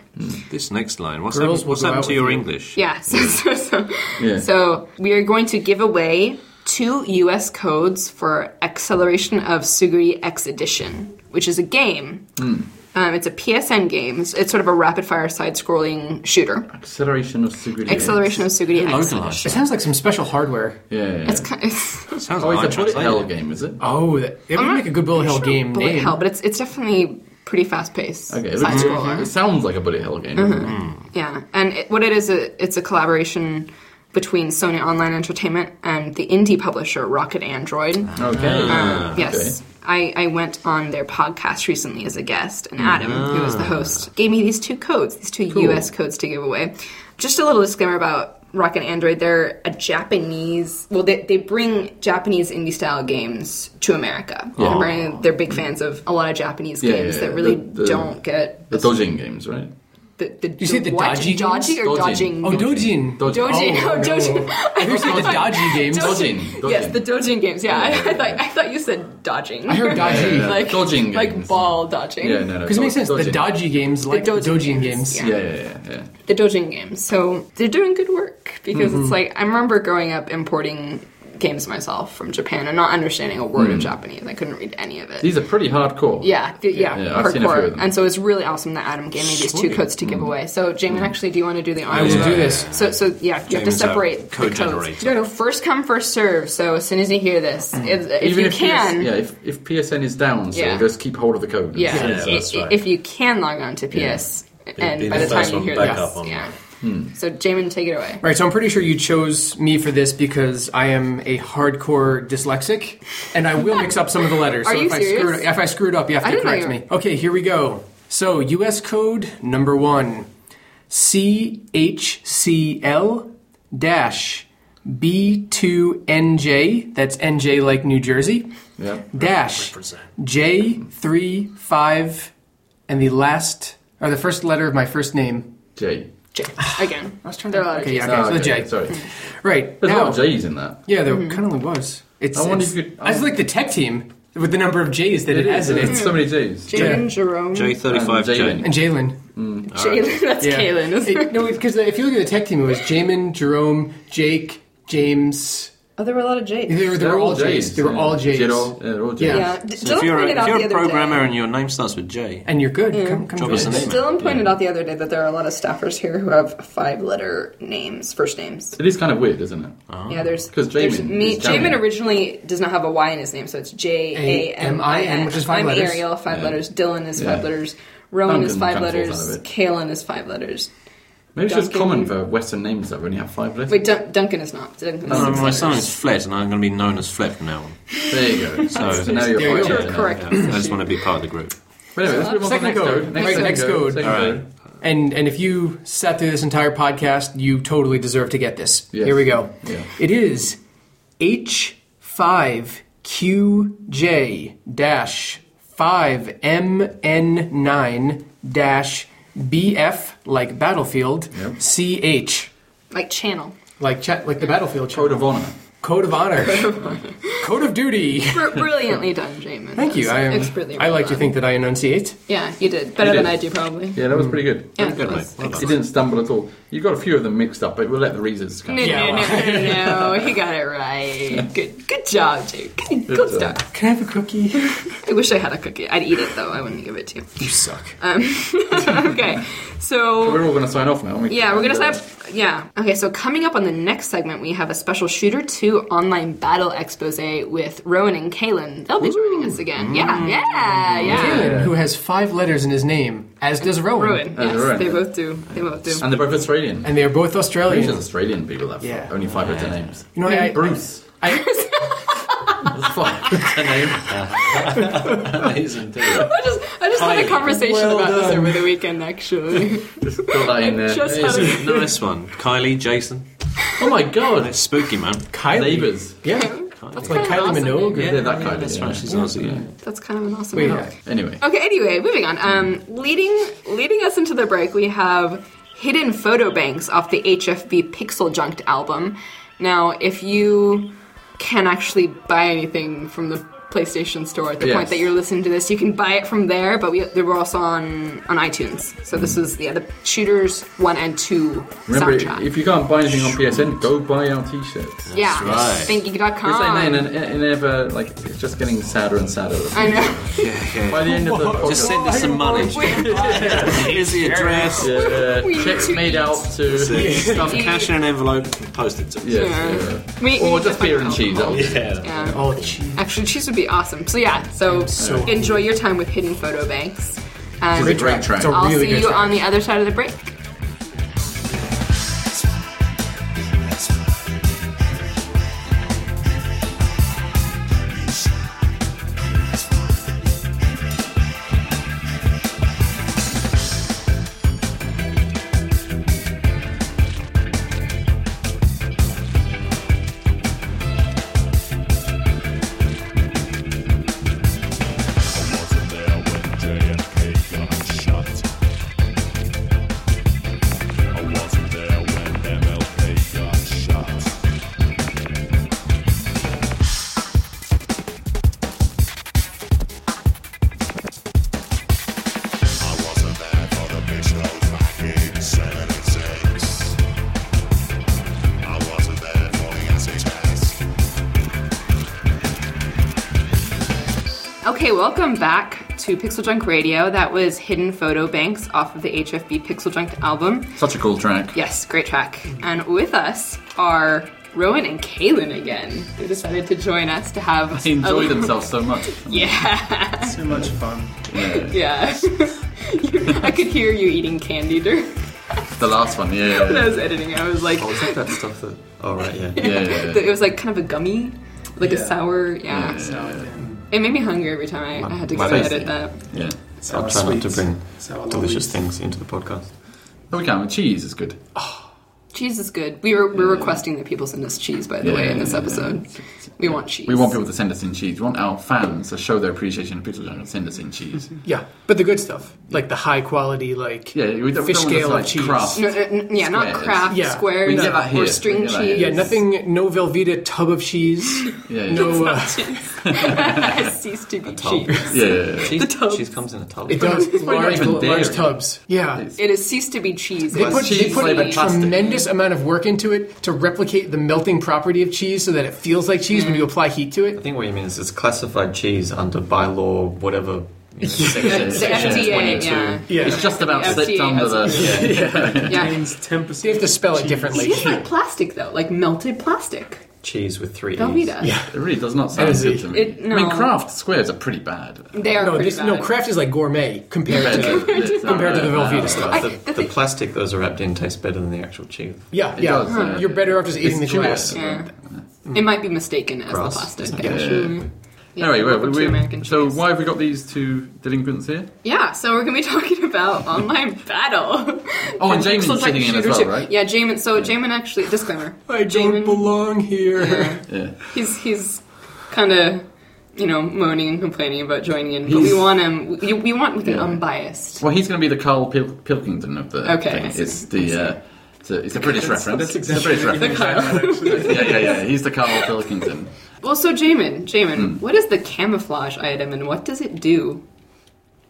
B: This next line. What's
D: Girls
B: happened,
D: will
B: what's
D: go
B: happened
D: out
B: to
D: with
B: your
D: you.
B: English?
A: Yeah, so, so, so,
C: Yeah.
A: so we are going to give away two US codes for Acceleration of Suguri X Edition, which is a game.
C: Hmm.
A: Um, it's a PSN game. It's, it's sort of a rapid fire side scrolling shooter.
C: Acceleration of Sigurd.
A: Acceleration of Suguri X.
B: Localized.
D: It sounds like some special hardware.
C: Yeah. yeah, yeah.
A: It's kind it's,
B: Sounds
C: oh,
B: like
C: it's a bullet hell
B: translated.
C: game, is it?
D: Oh, that, it would make a good bullet hell
A: sure,
D: game
A: bullet
D: name.
A: hell, but it's it's definitely pretty fast paced.
C: Okay, Mm-hmm. it,
A: side
C: looks-
A: scroller.
C: it sounds like a bullet hell game.
A: Mm-hmm.
C: Mm.
A: Yeah, and it, what it is, it, it's a collaboration between Sony Online Entertainment and the indie publisher Rocket Android.
C: Ah. Okay.
A: Um, yes.
C: Ah, okay.
A: I, I went on their podcast recently as a guest, and Adam,
C: Ah.
A: who was the host, gave me these two codes, these two US codes to give away. Just a little disclaimer about Rocket Android. They're a Japanese, well, they, they bring Japanese indie style games to America. And apparently They're big fans of a lot of Japanese
C: Oh. Yeah,
A: games
C: yeah,
A: that
C: yeah.
A: really
C: The- the-
A: don't get
C: The dodging games, right?
A: the, the, you
D: say the dodgy
A: dodgy
D: games?
A: or
C: Dodging.
A: dodging.
D: oh, Dojin.
C: Dodging.
A: Dojin.
D: Oh,
A: Oh,
D: no.
A: Dojin.
D: Have you seen the dodgy games?
C: Dodging. Dodging. Oh,
A: Yes, the dodging games. Yeah, I,
C: Yeah, yeah,
A: I thought I thought you said dodging.
D: I heard dodgy.
C: Yeah.
A: like
C: Dodging
A: like
C: games.
A: ball dodging.
C: Yeah, no, no.
D: Because it makes
C: dod-
D: sense. The
C: dodging.
D: dodgy games like the
A: dodgy
D: Dojin
A: games,
D: games.
A: yeah.
C: Yeah, yeah, yeah. yeah.
A: The dodging games. So they're doing good work because
C: Mm-hmm.
A: it's like I remember growing up importing games myself from Japan and not understanding a word of Japanese. I couldn't read any of it.
C: Mm. These are pretty hardcore.
A: yeah, th- yeah,
C: Yeah, I've seen a few of
A: hardcore.
C: them. Mm.
A: And so it's really awesome that Adam gave me these two
B: Sweet.
A: codes to give away. So, Jamin, actually, do you want to do the honors?
D: I will do
B: Yeah.
D: this.
A: So, so yeah, you have to
B: James, uh,
A: separate
B: code
A: the codes.
B: generator.
A: No, no, first come, first serve. So as soon as you hear this,
B: Mm.
A: if, if
C: Even
A: you
C: if
A: can,
C: PS, yeah, if, if PSN is down, so
A: Yeah.
C: just keep hold of the code.
A: yeah,
C: So-
B: Yeah,
A: i-
B: that's
A: i-
B: right.
A: if you can log on to PS, and
B: be
A: by
B: the
A: the time
B: first
A: you
B: one
A: hear
B: back
A: this,
B: up on Hmm.
A: yeah. So Jamin, take it away.
D: Right, so I'm pretty sure you chose me for this because I am a hardcore dyslexic, and I will mix up some of the letters.
A: Are
D: so
A: you
D: if I screwed
A: serious?
D: if I screwed up, you have
A: I
D: to
A: didn't know
D: correct
A: you
D: me. Okay, here we go. So U.S. code number one: C H C L dash B two N J. That's N J like New Jersey.
C: Yeah.
D: Dash J three five, and the last or the first letter of my first name.
C: J.
A: J- Again, I was
D: trying to-
A: there are a lot of
D: okay, yeah,
A: J's.
D: okay, so the J.
C: Sorry.
D: Right
C: Ah, There's a lot
D: now,
C: of J's in that.
D: Yeah, there kind of was. It's,
C: I wonder
D: it's,
C: if you could-
D: I just like the tech team with the number of J's that it, has in
C: There's
D: it.
C: so many J's.
A: Jamin, Jerome,
B: J thirty five
C: Jalen.
B: J.
D: And Jalen.
A: Jalen. That's
D: Yeah.
A: Kalen. isn't it?
D: It- no, because if you look at the tech team, it was Jamin, Jerome, Jake, James.
A: Oh, there were a lot of J's.
D: They were, they were all J's. They were
C: yeah.
D: all J's.
C: Jero- yeah, they're all J's.
D: Yeah.
A: Yeah, D-
B: So if
A: Dylan
B: you're a,
A: pointed
B: if
A: out
B: you're
A: the
B: a
A: other
B: programmer
A: day.
B: and your name starts with J,
D: And you're good. Come, come
B: Job is
D: join
B: the
D: us.
B: name.
A: Dylan pointed out the other day that there are a lot of staffers here who have five-letter names, first names.
C: It is kind of weird, isn't it?
A: Yeah, there's
C: 'Cause
A: there's
C: Jamin
A: me-
C: is Jamin.
A: Jamin originally does not have a Y in his name, so it's J A M I
D: A M I N,
A: N,
D: which is five
A: I'm
D: letters.
A: Ariel, five
C: Yeah.
A: letters. Dylan is
C: Yeah.
A: five letters. Rowan
C: Duncan
A: is five
C: comes out
A: letters.
C: of it.
A: Kalen is five letters.
C: Maybe it's just
A: Duncan.
C: common for Western names that only have five letters.
A: Wait, Dun- Duncan is not. Duncan is
B: No,
A: six
B: um, my son
A: letters.
B: is Fled, and I'm going to be known as Fled from now on.
C: There you go. So, so now you're
D: There you
C: five
D: go.
C: J's in it.
A: Correct.
B: Yeah, I just want to be part of the group.
C: But anyway, let's move on to the
D: Second
C: next
D: code.
C: code.
D: Right, next code.
C: Second
B: All right.
C: code.
D: And and if you sat through this entire podcast, you totally deserve to get this.
C: Yes.
D: Here we go.
C: Yeah.
D: It is H five Q J dash five M N nine dash B F like battlefield
C: Yep.
D: C H
A: like channel.
D: like chat like the battlefield
C: Code of honor.
D: code of honor code of duty.
A: Br- brilliantly done, Jamin.
D: Thank you. I am.
A: expertly.
D: I like to
A: done.
D: think that I enunciate.
A: Yeah, you did better
C: You
A: than
C: did.
A: I do probably.
C: Yeah, that was pretty good.
A: Yeah,
B: Good,
A: that
B: mate.
A: was-
B: Well done.
C: You didn't stumble at all. You got a few of them mixed up, but we'll let the readers kind
A: No,
C: of.
D: Yeah,
A: no, no, no, no, he got it right. Good, good job, dude. Good, good
C: job.
A: start.
D: Can I have a cookie?
A: I wish I had a cookie. I'd eat it though. I wouldn't give it to you.
D: you suck.
A: Okay, so
C: We're all going to sign off now. aren't we?
A: Yeah, we're gonna stop. Yeah. Okay, so coming up on the next segment, we have a special Shooter 2 online battle expose with Rowan and Kaylin. They'll be joining us again. Yeah, yeah, yeah.
D: Dylan, who has five letters in his name, as does Rowan.
A: Rowan,
C: Uh,
A: yes,
C: Rowan.
A: they both do. They both do.
C: And they're both Australian.
D: And they are both
C: It's just
D: Australian.
C: Australian people that have
D: Yeah.
C: only five letter names.
D: You know, I,
C: Bruce.
D: I,
C: That's five letter name.
B: Amazing,
A: I just, I just had a
B: Hi.
A: conversation
D: Well
A: about this
D: done.
A: over the weekend, actually.
C: Just got that in there.
A: Just had a-
B: nice one, Kylie, Jason.
C: Oh my god.
B: That's spooky, man.
D: Kylie.
C: Neighbours.
D: Yeah.
B: Kylie.
A: That's
D: Like
A: kind of
D: Kylie
A: awesome.
D: Minogue? or-
B: yeah,
C: Yeah, that
B: yeah,
C: Kylie,
B: That's
C: yeah.
B: right. She's
D: Yeah.
B: Aussie. Yeah.
A: That's kind of an awesome.
D: Wait,
A: help.
D: yeah.
C: Anyway,
A: Okay. Anyway, moving on. Um, leading leading us into the break, we have hidden photo banks off the HFB Pixel Junked album. Now, if you can actually buy anything from the PlayStation Store at the point
C: Yes.
A: that you're listening to this, you can buy it from there. But we they were also on on iTunes. So this is yeah, the shooters one and two
C: remember,
A: soundtrack.
C: if you can't buy anything on PSN, go buy our t-shirts.
A: yeah,
B: right.
C: We're saying that
A: ThinkGeek.com.
C: in an in ever like it's just getting sadder and sadder.
A: I know.
C: By the end of the podcast,
B: Just send us some money.
A: Wait,
B: Here's the address.
C: yeah, yeah,
A: We need
C: uh, checks
A: to
C: made
A: eat.
C: out to
B: Stuff
C: stuff. Yeah,
B: cash in an envelope and post it to us.
C: yeah.
A: we- we
C: or
A: need to
C: just beer
A: find
C: and
A: out.
C: cheese. That was
B: Yeah.
A: Yeah.
D: Oh, jeez.
A: Actually, cheese would be awesome. So yeah, so,
D: so
A: enjoy your time with hidden photo banks, and
C: a great track.
D: It's a
A: I'll
D: really
A: see
D: good
A: you
D: track.
A: on the other side of the break.
E: wasn't there when JFK got shot. I wasn't there when MLK got shot. I wasn't there for the big show back in 76. I wasn't there for the acid test.
A: Okay, welcome back to Pixel Junk Radio. That was hidden photo banks off of the HFB Pixel Junk album.
C: such a cool track.
A: Yes, great track. And with us are Rowan and Kaylin again. They decided to join us to have
C: They enjoy
A: a-
C: themselves so much.
A: Oh. Yeah,
F: Too much fun.
C: Yeah.
A: yeah. You- I could hear you eating candy during
C: The last one, yeah,
A: when I
C: yeah,
A: was editing. I was like,
B: Oh, that stuff that. Oh, right, yeah.
C: yeah. yeah,
A: Th-
C: yeah.
A: It was like kind of a gummy, like a sour. Yeah. It made me hungry every time I, I had to go
B: my
A: edit
C: face.
A: that.
C: yeah.
F: Sour
B: I'll try not to
F: sweets,
B: bring
F: sour lollies.
B: Delicious things into the podcast.
C: No, we can't. Cheese is good.
A: Cheese is good. We were we're requesting that people send us cheese, by the
C: Yeah,
A: way,
C: yeah,
A: in this
C: yeah,
A: episode. We want cheese.
C: We want people to send us in cheese. We want our fans to show their appreciation of Pixel Junk and send us in cheese.
D: Yeah, but the good stuff, like the high quality, like
C: Yeah, we don't,
D: fish
C: we don't
D: scale
C: want
D: of
C: this,
D: cheese.
C: like, craft.
A: No, no, n- yeah, not
C: Squares.
A: craft
D: Yeah.
C: We
A: squares
C: get that here.
A: or string
C: We get that here.
A: cheese.
D: Yeah, nothing, no Velveeta tub of cheese.
C: Yeah, yeah.
D: No, uh,
A: ceased to be
B: tub.
A: cheese.
C: yeah, yeah, yeah.
B: Cheese,
A: tub.
B: cheese comes in a tub.
D: it does
C: probably not
D: large,
C: even
D: large
C: dairy.
D: tubs. Yeah,
C: It's-
A: It has ceased to be cheese.
D: they
A: It's
D: put, they
C: cheese
D: put a
C: flavored plastic.
D: tremendous amount of work into it to replicate the melting property of cheese so that it feels like cheese when you apply heat to
G: I
D: it.
G: think what you mean is it's classified cheese under bylaw, whatever. you know, section,
A: the
G: section
A: FDA,
G: 22.
A: yeah.
D: Yeah,
C: It's just about
A: The
C: slipped
A: FDA
C: under
A: has-
C: the.
A: yeah.
F: Means 10%
D: they have to spell it
F: cheese.
A: It
D: differently.
A: tastes like plastic, though, like melted plastic.
G: Cheese with three E's.
A: Velveeta.
C: It really does not sound
D: Is
C: good
D: it-
C: to me.
A: it-
C: I
A: no.
C: mean, craft squares are pretty bad.
A: They are
D: No,
A: pretty
D: this,
A: bad.
D: no, craft is like gourmet compared
C: Compared
D: to
C: to,
D: compared to the Velveeta stuff.
G: The, the plastic those are wrapped in tastes better than the actual cheese.
D: Yeah,
C: It
D: yeah,
C: does, yeah.
D: you're better off just eating the
C: chewier.
D: glass.
A: Yeah. It might be mistaken as the plastic. actually. Yeah,
C: Anyway, well,
A: welcome to
C: we-
A: American
C: so
A: cheese.
C: why have we got these two delinquents here?
A: Yeah, so we're gonna be talking about online battle.
C: Oh, and Jamin's
A: Pixel Type
C: sitting in as
A: Shooter
C: well,
A: two.
C: right?
A: Yeah, Jamin. So Jamin actually disclaimer.
D: I don't
A: Jamin-
D: belong here.
A: Yeah,
C: Yeah.
A: he's he's kind of you know moaning and complaining about joining in, but we want him. We, we want like an unbiased.
C: Well, he's going to be the Carl Pil- Pilkington of the
A: Okay, I
C: thing.
A: see,
C: It's the uh, it's a, it's a British reference.
F: That's
C: It's a British
F: exactly
C: reference. yeah, yeah, yeah. He's the Carl Pilkington.
A: Well, so Jamin, Jamin,
C: Hmm.
A: what is the camouflage item and what does it do?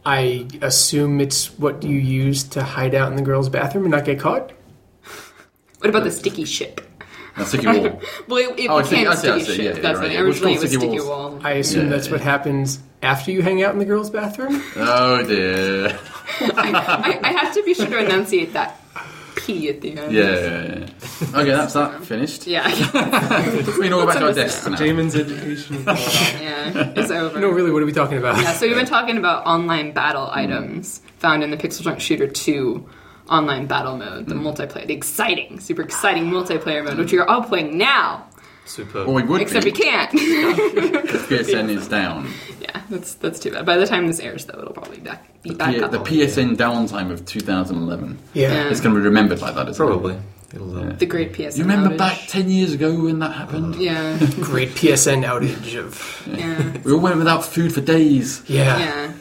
D: I assume it's what you use to hide out in the girls' bathroom and not get caught.
A: What about the sticky ship?
C: Now, sticky wall.
A: Well, it, it
C: Oh, I see,
A: became
C: I see, I
A: sticky
C: see,
A: ship.
C: yeah, yeah,
A: That's
C: right,
A: what
C: yeah, it was
A: originally it
C: called
A: was
C: sticky
A: sticky
C: walls.
A: wall.
D: I assume
C: Yeah,
D: that's what happens after you hang out in the girls' bathroom.
C: Oh dear.
A: I, I have to be sure to enunciate that P at the end.
C: Yeah. yeah, yeah. Okay, that's that finished.
A: Yeah.
C: We can all go back to our desks now.
F: Jamin's education.
A: yeah. It's over.
D: No, really, what are we talking about?
A: Yeah, so we've been talking about online battle
C: Hmm.
A: items found in the Pixel Junk Shooter 2 online battle mode,
C: Hmm.
A: the multiplayer, the exciting, super exciting multiplayer mode, which we are all playing now,
G: Superb.
C: Or we would
A: except
C: be.
A: we can't.
C: if PSN is down.
A: yeah, that's that's too bad. By the time this airs, though, it'll probably back, be
C: The,
A: back
C: P-
A: up.
C: the PSN downtime of 2011.
D: Yeah.
A: Yeah.
C: It's going to be remembered like that, isn't it?
G: Probably. It'll, uh,
A: The great PSN.
C: You remember
A: outage.
C: back ten years ago when that happened?
A: Yeah,
D: Great PSN outage of
A: yeah,
C: We all went without food for days.
D: yeah.
A: yeah.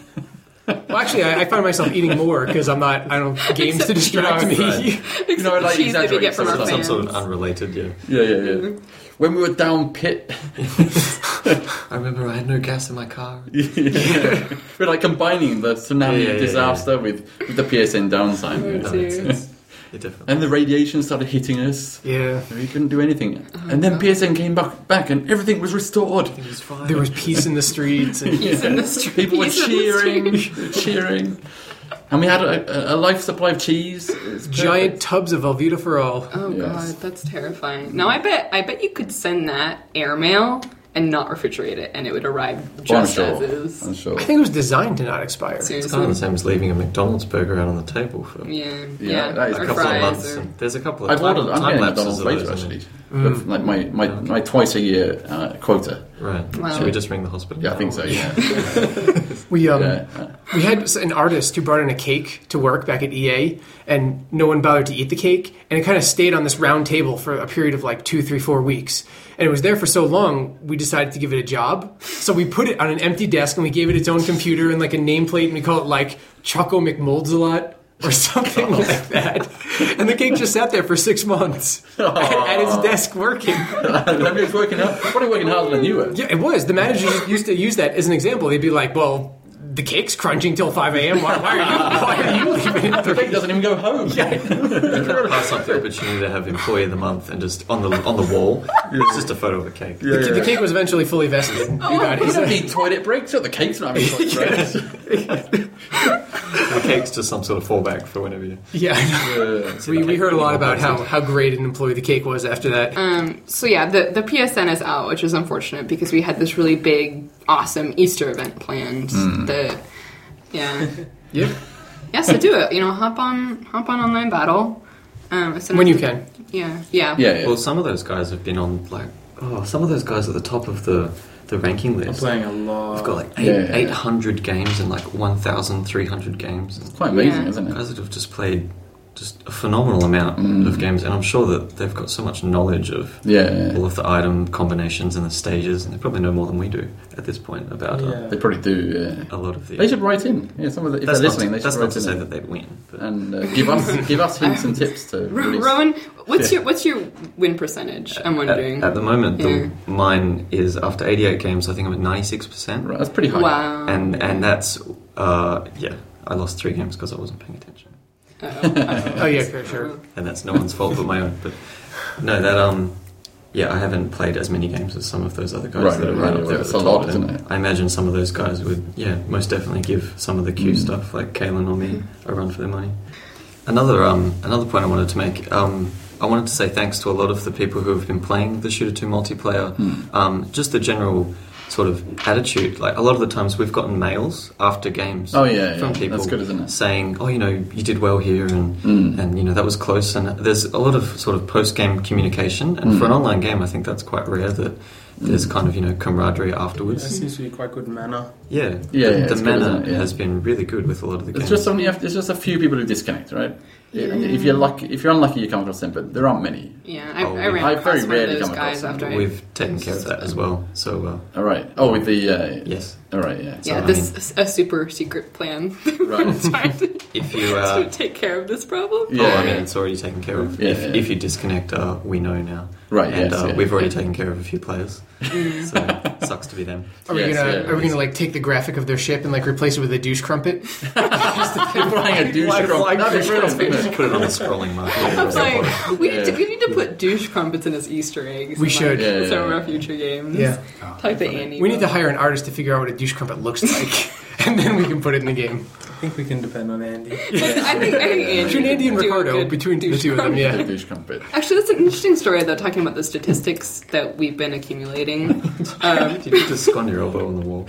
D: Well, actually, I, I find myself eating more because I'm not. I don't games to distract me.
C: Right. You know, I'd like
A: cheese that we
C: exaggerate
A: get from our
C: sometimes.
G: some sort of unrelated, yeah.
C: Yeah, yeah, yeah. When we were down pit,
G: Mm-hmm. I remember I had no gas in my car.
C: we're like combining the tsunami
G: Yeah, yeah, yeah,
C: disaster With, with the PSN downtime.
G: Yeah. It definitely.
C: And the radiation started hitting us.
D: Yeah,
C: We couldn't do anything.
G: Oh,
C: and then PSN came back, back and everything was restored.
G: It was fine.
D: there was peace in the streets. And,
A: He's in the street.
C: People were
A: he's in the
C: cheering,
A: street.
C: cheering. And we had a, a- a life supply of cheese. It's perfect.
D: Giant tubs of Velveeta for all.
A: Oh
C: Yes.
A: god, that's terrifying. Now I bet I bet you could send that airmail and not refrigerate it, and it would arrive
C: Well, I'm
A: just as
C: sure.
A: is.
C: I'm sure.
D: I think it was designed to not expire.
G: It's kind of
A: Seriously.
G: the same as leaving a McDonald's burger out on the table for a
A: Yeah, yeah.
C: that is
A: or
C: a couple of
G: couple of
A: fries
G: months.
A: or-
G: And there's a couple of
C: I've
G: time,
C: ordered. I'm
G: time
C: getting
G: lapses
C: McDonald's
G: of
C: later
G: those,
C: actually. But Like my my, my twice a year uh, quota.
G: Right.
A: Wow.
G: Should we just ring the hospital?
C: Yeah, I think so. Yeah.
D: We um,
C: Yeah.
D: we had an artist who brought in a cake to work back at EA, and no one bothered to eat the cake, and it kind of stayed on this round table for a period of like two, three, four weeks, and it was there for so long, we decided to give it a job, so we put it on an empty desk and we gave it its own computer and like a nameplate, and we call it like Choco McMolds a lot. Or something like that, and the cake just sat there for six months at, at its desk working.
C: Maybe it's working out. Probably working harder than you were.
D: Yeah, it was. The managers used to use that as an example. They'd be like, "Well, the cake's crunching till five a.m. Why, why are you? Why are you leaving at
C: The cake
D: three?
C: doesn't even go home.
G: Pass up the opportunity to have employee of the month and just on the on the wall, it's just a photo of a cake.
C: Yeah,
D: The cake was eventually fully vested.
A: Oh,
D: You got
C: You
D: it.
C: don't need toilet breaks. So the cake's not having toilet breaks.
G: The cake's just some sort of fallback for whenever you.
D: Yeah, I know. we, we heard a lot about how, how great an employee the cake was after that.
A: Um, So yeah, the the PSN is out, which is unfortunate because we had this really big, awesome Easter event planned. That yeah,
D: yeah,
A: yeah. So do it. You know, hop on hop on online battle. Um, as soon
D: when
A: as-
D: you can.
A: Yeah, yeah,
C: Yeah, yeah.
G: Well, some of those guys have been on like oh, some of those guys at the top of the the ranking list.
C: a lot.
G: I've got like eight,
C: Yeah, yeah.
G: 800 games and like 1,300 games. And
C: Quite amazing,
A: Yeah.
C: isn't it?
G: guys that have just played just a phenomenal amount of games, and I'm sure that they've got so much knowledge of
C: Mm. Yeah, yeah.
G: all of the item combinations and the stages, and they probably know more than we do at this point about uh,
C: They probably do. Yeah.
G: a lot of the.
C: They should write in. Yeah, some of the, if
G: that's
C: they're
G: not,
C: listening, they
G: that's
C: should
G: not
C: write
G: to say
C: in
G: that they win. But
C: and uh, give us give us hints and tips to.
A: Ro-
C: release.
A: Rowan, what's your what's your win percentage? I'm
G: at,
A: wondering.
G: at the moment,
A: Yeah.
G: the, mine is after 88 games. I think I'm at 96 percent,
C: Right, that's pretty high.
A: wow.
G: and and that's uh, yeah. I lost three games because I wasn't paying attention.
D: Oh yeah, for sure.
G: and that's no one's fault but my own. But no, that um, yeah, I haven't played as many games as some of those other guys
C: Right,
G: that are
C: right,
G: right
C: yeah,
G: up there.
C: it's
G: at the
C: a
G: top,
C: lot,
G: and
C: isn't it?
G: I imagine some of those guys would, yeah, most definitely give some of the
C: Hmm.
G: Q stuff like Kalen or me a run for their money. Another um, another point I wanted to make. Um, I wanted to say thanks to a lot of the people who have been playing the Shooter 2 multiplayer.
C: Hmm.
G: Um, just the general sort of attitude. Like a lot of the times we've gotten mails after games
C: Oh, yeah,
G: from
C: yeah.
G: people
C: That's good, isn't it? Hmm.
G: saying, "Oh, you know, you did well here," and and you know that was close. And there's a lot of sort of post game communication, and
C: Hmm.
G: for an online game, I think that's quite rare that there's kind of you know camaraderie
F: That
G: afterwards.
F: seems to be quite good manner.
G: Yeah,
C: Yeah,
G: the,
C: yeah,
G: the
C: it's good,
G: manner
C: isn't it? Yeah.
G: has been really good with a lot of the
C: It's
G: games.
C: just only it's just a few people who disconnect, right? And If you're lucky, if you're unlucky, you come across them, but there aren't many.
A: yeah, I,
G: Oh,
A: I ran
C: I
A: across
C: very
A: one of
C: rarely
A: those
C: come
A: guys
C: across
A: after.
C: them.
A: I-
G: We've taken care of that as well. So uh,
C: All right. Oh, with the uh,
G: yes,
C: All right. Yeah.
A: yeah,
G: I
A: this is a super secret plan.
C: Right.
A: Trying to,
G: if you.
A: to
G: Uh,
A: take care of this problem.
C: Yeah.
G: oh, I mean, it's already taken care of.
C: Yeah,
G: if,
C: yeah.
G: if you disconnect, uh, we know now.
C: Right,
G: and
C: yes,
G: uh,
C: yeah.
G: we've already taken care of a few players.
F: Mm.
G: so sucks to be them.
D: Are we
C: Yes,
D: gonna
C: yeah.
D: Are we gonna like take the graphic of their ship and like replace it with a douche crumpet?
C: They're flying a douche from- that'd be brilliant, wouldn't it?
G: Put it on the scrolling marker.
A: I'm like, we,
C: Yeah.
A: need to, we need to put douche crumpets in as Easter eggs.
D: We
A: in,
D: should.
A: Like,
C: Yeah, yeah,
A: some of
C: yeah. Oh,
A: our future games.
D: Yeah.
A: Talk to Andy.
D: We need to hire an artist to figure out what a douche crumpet looks like, and then we can put it in the game.
F: I think we can depend on Andy.
A: I think, I think Andy.
D: Between Andy and
A: would do a
D: Ricardo,
A: good
D: between the
A: douche
D: two of them,
A: crumpet.
C: A
D: yeah.
C: douche crumpet.
A: Actually, that's an interesting story, though, talking about the statistics that we've been accumulating. Um,
G: Did you just scan your elbow on the wall?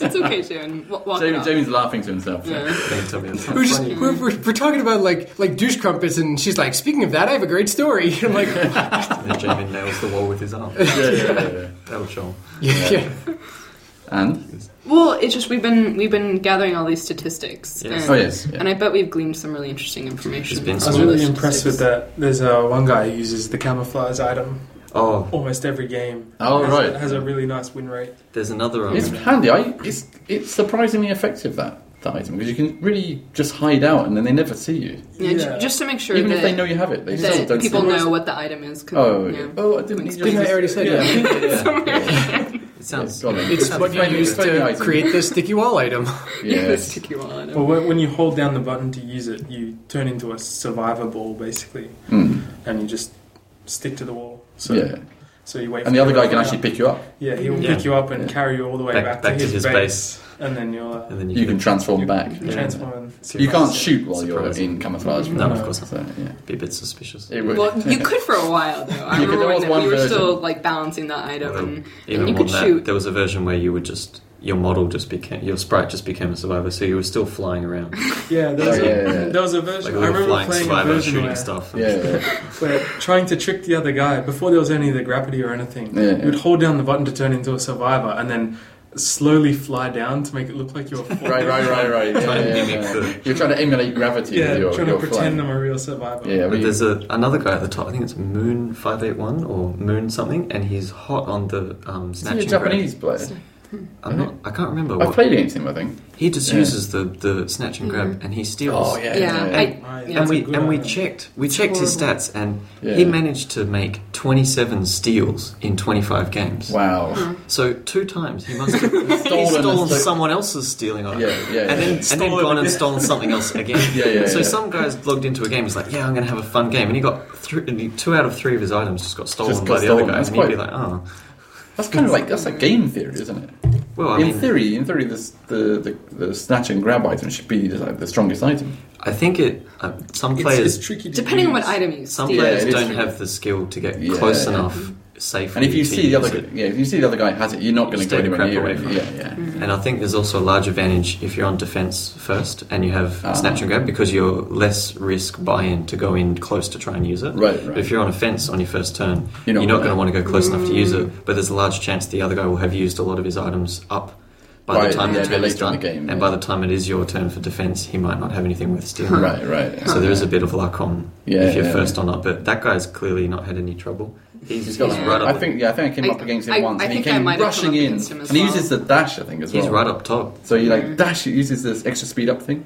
A: it's okay, Sharon. Wa- Walk it
C: Jamie,
A: off.
C: Jamie's laughing to himself.
A: Yeah.
G: Don't tell me that's
D: We're
G: not
D: just
G: funny.
D: we're, we're, we're talking about like like douche crumpets, and she's like, "Speaking of that, I have a great story." I'm like, yeah,
G: And then Jamie nails the wall with his arm.
C: Yeah, yeah, yeah, yeah.
G: That'll show.
D: yeah.
C: And
A: Well, it's just we've been we've been gathering all these statistics.
G: Yes.
A: And,
C: Oh, yes, yeah.
A: And I bet we've gleaned some really interesting information.
G: There's been
A: from
F: I was
A: all
F: really
A: those
F: impressed with
A: statistics.
F: that. There's uh, one guy who uses the camouflage item
G: Oh,
F: almost every game.
C: Oh,
F: has,
C: right.
F: Has a really nice win rate.
G: there's another. Um,
C: It's handy. I, it's it's surprisingly effective that that item because you can really just hide out and then they never see you.
A: Yeah, ju-
F: Yeah.
A: just to make sure
C: Even
A: that,
C: if they know you have it, they
A: that
C: still don't.
A: people
C: see
A: know what the item is. 'cause-
C: Oh,
A: yeah.
C: yeah. oh, I didn't.
A: Makes sense.
C: you just-
D: Didn't I already say
C: yeah.
G: it sounds.
C: Go on then.
D: It's what you
C: Friendly-
D: use
C: friendly
D: to
C: item.
D: create the sticky wall item.
A: Let's
C: Yes.
A: take you on.
F: Well, when when you hold down the button to use it, you turn into a survivor ball basically,
C: Mm.
F: and you just stick to the wall. So,
C: Yeah.
F: so you wait.
C: And the other guy can
F: everyone
C: actually pick you up.
F: out. Yeah, he will
G: Yeah.
F: pick you up and carry you all the way
G: Back-
F: back,
G: back to his base.
F: and then you'll. Uh,
G: And then you,
C: You can transform
F: you
C: back.
F: can Transform.
C: You can't shoot while you're
G: Surprising.
C: in camouflage.
G: No,
C: right?
G: of course not.
C: So, yeah.
G: Be a bit suspicious.
C: It would-
A: Well, you could for a while though. I
C: You could-
A: remember
C: there
A: when
C: was
A: that
C: one
A: we were
C: version.
A: still like balancing that item, and,
G: Even
A: and you
G: more
A: could
G: than that,
A: shoot.
G: There was a version where you would just your model just became your sprite just became a survivor, so you were still flying around like
F: Yeah, there was,
C: Oh, yeah, yeah, yeah.
F: a, there was a
G: a
F: version. I
G: little
F: remember
G: flying
F: playing a
G: survivor
F: version
G: shooting
F: where,
G: stuff. and-
C: Yeah, yeah.
F: where trying to trick the other guy before there was any of the gravity or anything.
C: Yeah, yeah.
F: You would hold down the button to turn into a survivor, and then slowly fly down to make it look like you're. falling.
C: Right, right, right, right. Yeah,
G: Trying to
C: yeah,
G: mimic
C: yeah.
G: the-
C: You're trying to emulate gravity
F: Yeah,
C: with your,
F: trying
C: your
F: to pretend
C: flight.
F: I'm a real survivor.
C: Yeah,
G: But
C: we,
G: there's a, another guy at the top. I think it's Moon five eight one or Moon something, and he's hot on the um,
C: is he a
G: snatching. grab.
C: Japanese player.
G: I'm not. I can't remember.
C: I've
G: What,
C: played against him, I think.
G: he just
C: Yeah.
G: uses the the snatch and grab, and he steals.
C: Oh,
A: yeah, I,
F: And
A: yeah.
G: and we
F: Mm-hmm. That's a good
G: and we
F: idea.
G: checked we checked his
A: horrible.
G: stats and
C: Yeah.
G: he managed to make 27 steals in 25 games
C: Wow.
G: so two times he must have
C: Stolen
G: stolen,
C: a
G: stolen
C: steal.
G: someone else's stealing item
C: Yeah, yeah,
G: and
C: yeah.
G: then and then
F: Stolen
G: gone and
F: again.
G: stolen something else again
C: Yeah, yeah,
G: so
C: yeah.
G: some guys logged into a game he's like yeah I'm gonna have a fun game and he got thr and he, two out of three of his items just got stolen
C: Just got
G: by the
C: stolen.
G: other guy
C: That's
G: and he'd be
C: quite-
G: like oh
C: That's kind of like that's like game theory, isn't it?
G: well I
C: in
G: mean
C: theory, in theory, this, the, the the snatch and grab item should be like the strongest item.
G: I think it uh, some
F: It's,
G: players
F: it's tricky. To
A: depending on what
F: use.
A: item you
G: some
A: steal.
C: Yeah,
G: players
C: it is
G: don't
C: true.
G: have the skill to get
C: Yeah,
G: close
C: yeah.
G: enough safely
C: And if you
G: to
C: see the
G: use
C: other,
G: it.
C: yeah, if you see the other guy has it, you're not going to
G: Just
C: go
G: take a
C: anywhere
G: crap
C: near
G: away
C: it.
G: from
C: Yeah,
G: it.
C: yeah.
G: And I think there's also a large advantage if you're on defense first and you have
C: Ah.
G: snatch and grab because you're less risk buy-in to go in close to try and use it.
C: Right, right.
G: But if you're on offense on your first turn,
C: You're
G: you're
C: not gonna-
G: not,
C: Mm.
G: going to want to go close enough to use it. But there's a large chance the other guy will have used a lot of his items up by
C: Right,
G: the time
C: yeah,
G: your
C: a bit
G: turn is
C: later in
G: done.
C: the game,
G: and
C: yeah.
G: by the time it is your turn for defense, he might not have anything worth stealing.
A: Mm.
C: Right, right.
G: So there is a bit of luck on
C: Yeah,
G: if you're
C: yeah,
G: first on up. But that guy's clearly not had any trouble. He's,
C: He's
G: he's,
C: got.
G: right up.
C: I think. Yeah, I think I came
A: I-
C: up against him
A: I-
C: once,
A: I
C: and he
A: think I
C: came
A: might have come
C: rushing
A: up
C: in,
A: against him as
C: and he
A: well. Mm.
C: uses the dash. I think as well.
G: he's right up top.
C: So he like dash. He uses this extra speed up thing.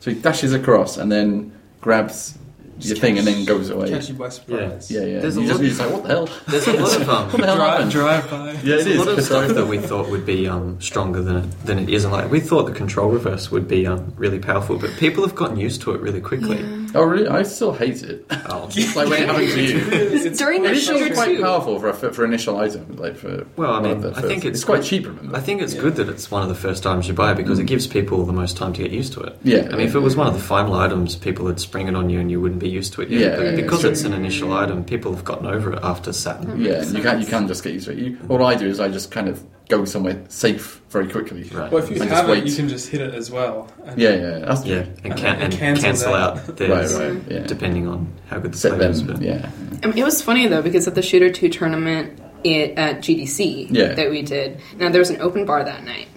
C: So he dashes across and then grabs your thing and then goes away.
F: Catch you by surprise.
C: Yeah, yeah.
G: There's
C: You
G: a
C: just,
G: lot-
C: you're just like, what the hell?
G: There's a lot of um,
C: What the hell
F: Drive,
C: happened?
F: drive by.
C: Yeah, it
G: There's
C: is.
G: a lot of
C: That's
G: stuff
C: right.
G: that we thought would be um, stronger than it, than it is, and like we thought the control reverse would be um, really powerful, but people have gotten used to it really quickly.
C: Oh really? I still hate it.
G: Oh.
C: It's like when it happened to you.
A: During the
C: It is
A: shooter
C: actually quite
A: too.
C: powerful for a, for, for initial item, like for.
G: Well, I
C: one
G: mean,
C: of the
G: I think
C: first-
G: it's
C: quite
G: good-
C: cheap. Remember,
G: I think it's good that it's one of the first items you buy because it gives people the most time to get used to it.
C: Mm. Yeah,
G: I mean, if it was one of the final items, people would spring it on you and you wouldn't be used to it yet.
C: Yeah,
G: but
C: yeah,
G: because
C: true.
G: it's an initial item, people have gotten over it after Saturn.
C: yeah, you can you can just get used to it. You, all I do is I just kind of go somewhere safe very quickly.
G: Right.
F: Well, if you
C: And just
F: have it,
C: wait.
F: you can just hit it as well. And
C: Yeah, yeah, that's
G: Yeah, and, can-
F: And
G: and
F: cancel
G: cancel,
F: that.
G: out
C: right,
G: theirs,
C: right. Yeah,
G: depending on how good the
C: set
G: player is.
C: them.
G: but-
C: Yeah,
A: I mean, it was funny though because at the Shooter Two tournament it, at GDC
C: Yeah.
A: that we did, now there was an open bar that night.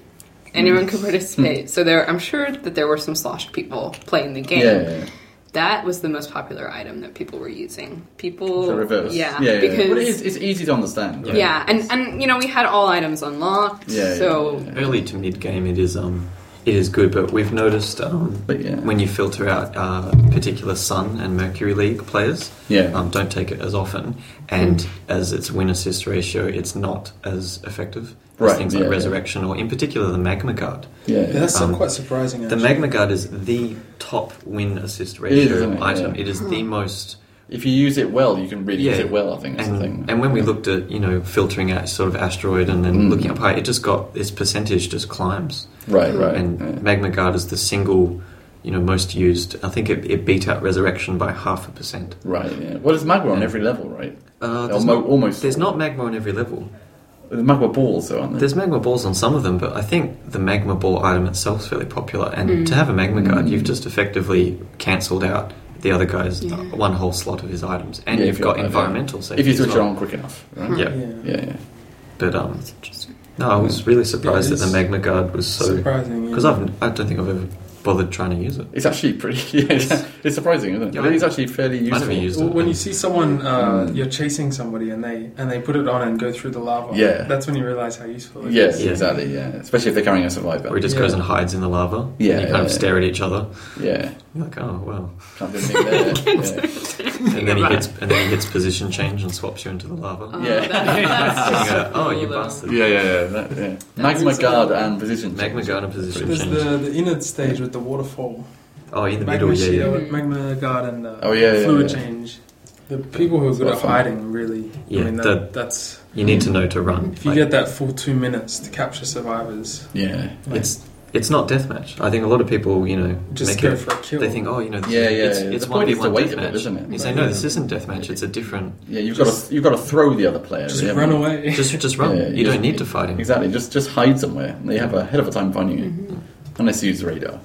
A: Anyone could
C: Hmm.
A: participate, so there. I'm sure that there were some sloshed people playing the game.
C: yeah, yeah.
A: That was the most popular item that people were using. People,
C: The reverse.
A: yeah,
C: yeah, yeah.
A: because
C: But it is, it's easy to understand.
A: yeah. and and you know we had all items unlocked,
C: Yeah, yeah,
A: so
C: yeah.
G: early to mid game it is um it is good but we've noticed um
C: But yeah.
G: when you filter out uh, particular sun and mercury league players
C: Yeah. Hmm.
G: um, don't take it as often and as its win assist ratio it's not as effective
C: Right,
G: as things
C: yeah,
G: like
C: yeah.
G: resurrection or in particular the magma guard
C: yeah,
F: Yeah, that's
G: Um,
F: quite surprising.
G: the
F: Actually.
G: magma guard is the top win assist
C: is,
G: ratio
C: isn't it?
G: item
C: Yeah.
G: it is the most
C: If you use it well, you can really use
G: Yeah.
C: it well. I think that's the thing.
G: and, and when we looked at you know filtering out sort of asteroid and then
C: Mm.
G: looking up high it just got its percentage just climbs
C: right, right,
G: and
C: yeah.
G: Magma Guard is the single, you know, most used. I think it, it beat out Resurrection by half a percent.
C: right. Yeah. Well, there's magma on every level, right?
G: Uh,
C: Almo-
G: there's, not,
C: almost.
G: there's not magma on every level.
C: There's magma balls, though, aren't there?
G: There's magma balls on some of them, but I think the magma ball item itself is fairly popular. And
C: Mm.
G: to have a magma guard, you've just effectively cancelled out the other guy's uh,
A: Yeah.
G: one whole slot of his items, and
C: Yeah, if
G: you've
C: you're
G: got
C: like that.
G: environmental safety.
C: if you Mm.
G: as
C: switch it
G: well.
C: on quick enough, right?
G: yeah.
F: Yeah.
C: yeah, yeah.
G: But um,
A: Interesting.
G: No, I was really surprised
F: It
G: that the
F: is
G: magma guard was so.
F: surprising. yeah.
G: Because I've I don't think I've ever bothered trying to use it.
C: It's actually pretty. Yeah, it's, it's surprising, isn't it?
G: Yeah,
C: But it's actually fairly
G: I've
C: useful.
G: never used
F: Well,
G: it.
F: when you see someone, uh, you're chasing somebody, and they and they put it on and go through the lava.
C: Yeah.
F: that's when you realize how useful it is.
C: Yes,
G: Yeah.
C: exactly. Yeah, especially if they're carrying a survivor.
G: Where he just
F: Yeah.
G: goes and hides in the lava.
C: Yeah,
G: And you kind of
C: yeah,
G: stare at each other.
C: Yeah,
G: You're like, oh, wow.
C: can't do anything there. yeah.
G: And then, he
A: Right.
G: hits, and then he hits position change and swaps you into the lava.
A: Oh,
C: Yeah.
A: that's-
G: And
A: that's
G: you go,
A: so
G: oh,
A: cool,
G: you
A: though.
G: bastard.
C: Yeah, yeah, yeah. That, yeah. Magma
F: insane.
C: guard and position.
G: Magma
C: change.
G: guard and position
F: There's
G: change.
F: the, the inner stage with the waterfall,
G: oh, in the
F: magma,
G: middle, yeah, yeah.
F: shield, magma guard, and uh,
C: Oh, yeah, yeah,
F: fluid
C: yeah.
F: change. The people who are good
C: Well,
F: at
C: fun.
F: hiding really. I
G: Yeah,
F: mean, that,
G: that-
F: that's
G: You need to know to run.
F: if you
G: Like,
F: get that full two minutes to capture survivors,
C: Yeah.
G: it's it's not deathmatch. I think a lot of people, you know,
F: just
G: make
F: go
G: it.
F: for a kill.
G: They think, oh, you know,
C: Yeah, yeah,
G: it's,
C: yeah.
G: it's
C: The point is the
G: 1v1
C: weight of it,
G: deathmatch.
C: isn't it?
G: You say, no, this isn't deathmatch. It's a different.
C: Yeah, you've got
F: Just-
C: to you've got to throw the other player.
F: just
C: really,
F: run
C: haven't you?
F: away.
G: Just just run.
C: Yeah,
G: you
C: just-
G: don't need to fight him.
C: Exactly. Just just hide somewhere. They have a hell of a time finding you, unless you use the radar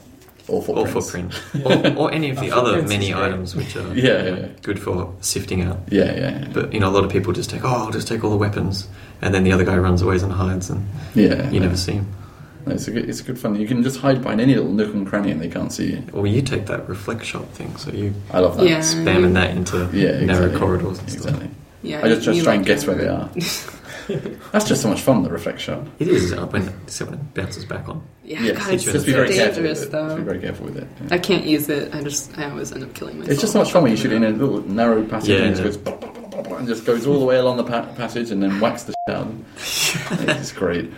C: or
G: Or
C: footprints.
G: footprint.
F: Yeah.
G: Or, or any of the
F: Uh,
G: other
F: footprints
G: many
F: is great.
G: items which are
C: Yeah,
G: you know,
C: yeah, yeah.
G: good for sifting out.
C: Yeah, yeah,
G: But, you know, a lot of people just take, oh, I'll just take all the weapons. And then the other guy runs away and hides, and
C: yeah.
G: you
C: yeah.
G: never see him.
C: No, it's a good, it's a good fun. You can just hide behind any little nook and cranny, and they can't see you.
G: Or you take that reflect shot thing, so you
C: I love that.
A: Yeah.
G: spamming that into
C: Yeah,
G: narrow
C: exactly.
G: corridors and stuff.
C: Exactly.
A: Yeah,
C: I just, just
A: you
C: try and
A: like
C: guess
A: your-
C: where they are. That's just so much fun, the reflect shot.
G: It is up when except when it bounces back on.
A: Yeah,
C: Yeah,
A: God, it's
G: it's just
A: so
G: be very
C: careful
A: dangerous
C: with it. Just Be
A: though.
C: very careful with it. yeah.
A: I can't use it. I just I always end up killing myself.
C: It's just so much fun when you shoot it in a little narrow passage
G: Yeah,
C: and, it
G: yeah.
C: just goes blah, blah, blah, blah, blah, and just goes all the way along the pa- passage and then whacks the shit out. of them. it's great.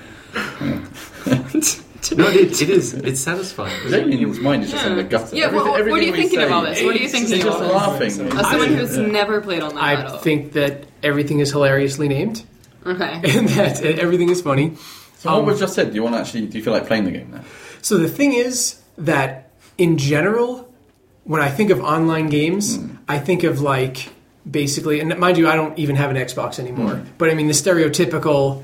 G: No, it, it is. It's satisfying.
C: Jamie's mind is just in the gutter.
A: Yeah, what- what are you
C: everything we
A: thinking
C: say,
A: about this? What are you
C: it's
A: thinking
C: just
A: about this?
C: laughing.
A: As someone who's
C: Yeah.
A: never played on that
D: I
A: at
C: Oh.
A: all.
D: think that everything is hilariously named
A: okay.
D: and that everything is funny.
C: So
D: Um,
C: what was just said? Do you want to actually? Do you feel like playing the game now?
D: So the thing is that in general, when I think of online games,
C: Hmm.
D: I think of like basically, and mind you, I don't even have an Xbox anymore,
C: Hmm.
D: but I mean the stereotypical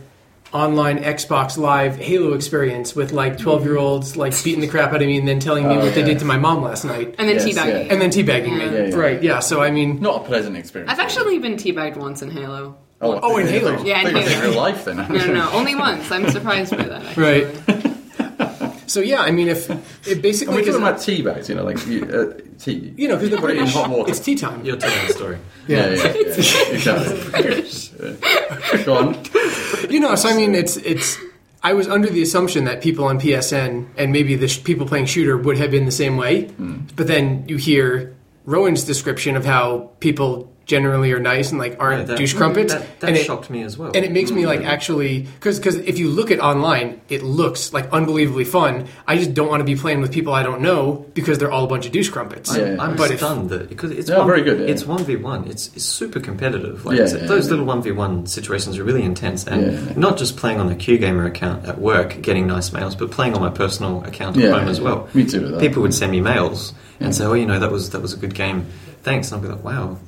D: online Xbox Live Halo experience with like 12 year olds like beating the crap out of me and then telling me
C: Hmm. Oh,
D: what they
C: yeah.
D: did to my mom last night
A: And then
C: Yes,
A: teabagging.
C: yeah.
D: and then teabagging me.
C: Yeah, yeah.
D: Right, yeah, so I mean,
C: Not a pleasant experience.
A: I've actually been teabagged once in Halo.
C: Oh,
D: Oh, in Halo.
A: Yeah, in
C: in
A: Halo.
C: real life then.
A: No, no, no, only once. I'm surprised by that. Actually.
D: Right. so yeah, I mean, if it
C: And
D: basically
C: we're talking
D: is-
C: about tea bags, you know, like you, uh, tea.
D: you know, because the
C: Put it in
D: British,
C: hot water.
D: it's tea time.
G: You're telling the story.
C: Yeah, yeah, yeah, exactly. Yeah. Go on.
D: You know, so I mean, it's it's. I was under the assumption that people on PSN and maybe the sh- people playing shooter would have been the same way,
G: Hmm.
D: but then you hear Rowan's description of how people generally are nice and like aren't
G: Yeah, that-
D: douche crumpets,
G: That, that
D: and it,
G: shocked Hmm. me as well.
D: and it makes me like actually because if you look at online, it looks like unbelievably fun. I just don't want to be playing with people I don't know because they're all a bunch of douche crumpets.
C: Yeah.
G: I'm
D: But if-
G: stunned that because it's
C: Yeah,
G: one,
C: very good, yeah.
G: It's one v one. It's it's super competitive. Like
C: Yeah,
G: it's-
C: yeah,
G: those
C: yeah.
G: little one v one situations are really intense, and
C: Yeah, yeah.
G: not just playing on the Q Gamer account at work, getting nice mails, but playing on my personal account at
C: Yeah,
G: home
C: yeah,
G: as
C: yeah.
G: well.
C: Me too with that.
G: People would send me mails and say, "Oh, you know, that was that was a good game. Thanks." And I'd be like, "Wow,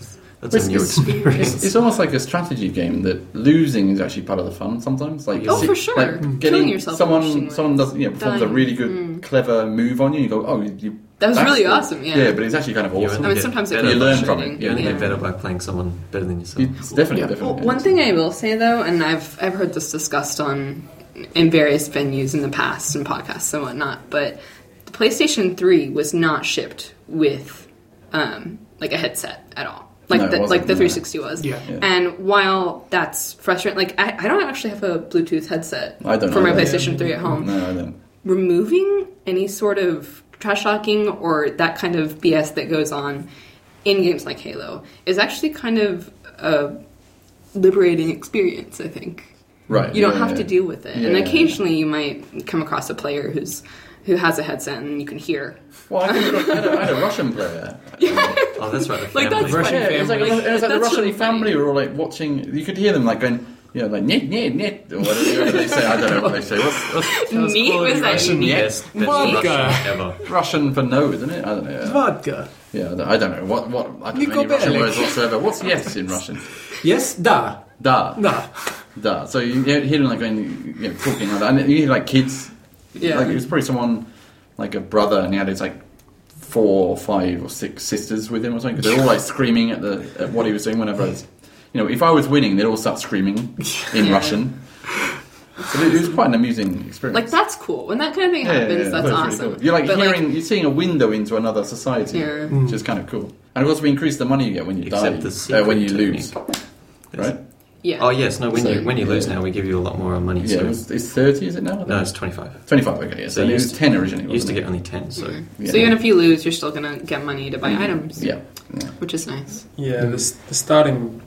G: that's
C: It's-
G: a new
C: it's-
G: experience."
C: It's, it's almost like a strategy game that losing is actually part of the fun sometimes. Like
A: Oh,
C: see-
A: for sure.
C: like
A: Mm.
C: getting
A: Killing yourself in interesting
C: someone
A: ways.
C: someone does you know, performs a
A: Done. Mm.
C: really good clever move on you. You go, oh, you, you,
A: That was
C: that's
A: really
C: the-
A: awesome, yeah.
C: yeah, but it's actually kind of
G: You
C: awesome.
A: I mean,
G: get
A: sometimes it
G: better
A: can
C: You
A: be
G: by-
C: learn from it,
A: frustrating.
G: You only
A: Yeah.
G: get better by playing someone better than yourself.
C: It's definitely
A: Well,
C: different.
A: one thing I will say though, and I've I've heard this discussed on in various venues in the past and podcasts and whatnot, but the PlayStation Three was not shipped with um, like a headset at all. Like
C: No, it
A: the
C: wasn't,
A: like the
C: no.
A: 360 was.
D: Yeah.
C: Yeah.
A: And while that's frustrating, like I, I don't actually have a Bluetooth headset
C: I don't
A: for my
C: either.
A: PlayStation 3 at home.
C: No, I don't.
A: Removing any sort of trash talking or that kind of BS that goes on in games like Halo is actually kind of a liberating experience, I think.
C: Right.
A: You don't
C: yeah,
A: have
C: yeah.
A: to deal with it. and
C: Yeah.
A: occasionally you might come across a player who's who has a headset and you can hear.
C: Well, I, think, I, had a, I had a Russian player.
G: Oh, that's right. the
A: Like,
G: family.
A: that's Russian
C: Yeah, it was like, it was like the
A: That's
C: Russian
A: really funny.
C: family were all like watching. You could hear them like going, you know, like net, net, net, or whatever whatever they say. I don't know what they say. What's, what's
A: Neat was that
G: Russian
A: neat.
G: best, best
D: Vodka.
G: Russian ever.
C: Russian for no, isn't it? I don't know.
D: Vodka.
C: Yeah, I don't- I don't know what what I don't know
D: Nico
C: any Russian
D: Bellic.
C: words whatsoever. What's yes in Russian?
D: Yes, da,
C: Da,
D: da.
C: da. So you hear hear them like going, you know, talking like that, and you hear like kids.
A: Yeah.
C: like it was probably someone like a brother, and he had his like four, or five, or six sisters with him or something. 'cause they're all like screaming at the at what he was doing. Whenever I was, you know, if I was winning, they'd all start screaming in
A: Yeah.
C: Russian. But it was quite an amusing experience.
A: Like that's cool. When that kind of thing
C: Yeah, yeah,
A: happens,
C: yeah.
A: that's
C: That's really
A: awesome.
C: cool. You're like
A: But,
C: hearing, you're seeing a window into another society,
A: Yeah.
C: which is kind of cool. And of course, we increase the money you get when you
G: Mm. Except
C: die,
G: the secret
C: uh, when you
G: technique.
C: lose,
G: There's-
C: right?
A: yeah.
G: Oh yes, no. When
C: So-
G: you when you lose
C: yeah.
G: now, we give you a lot more money.
C: Yeah,
G: so
C: it was, it's thirty, is it now?
G: no, it's twenty five.
C: twenty-five. Okay, yeah. So,
G: So you
C: it was
G: used to-
C: ten originally.
G: You used to
C: wasn't
G: get only ten, so
C: it?
A: So even if you lose, you're still gonna get money to buy items,
C: Mm-hmm. yeah. yeah,
A: which is nice.
F: Yeah, the, s- the starting.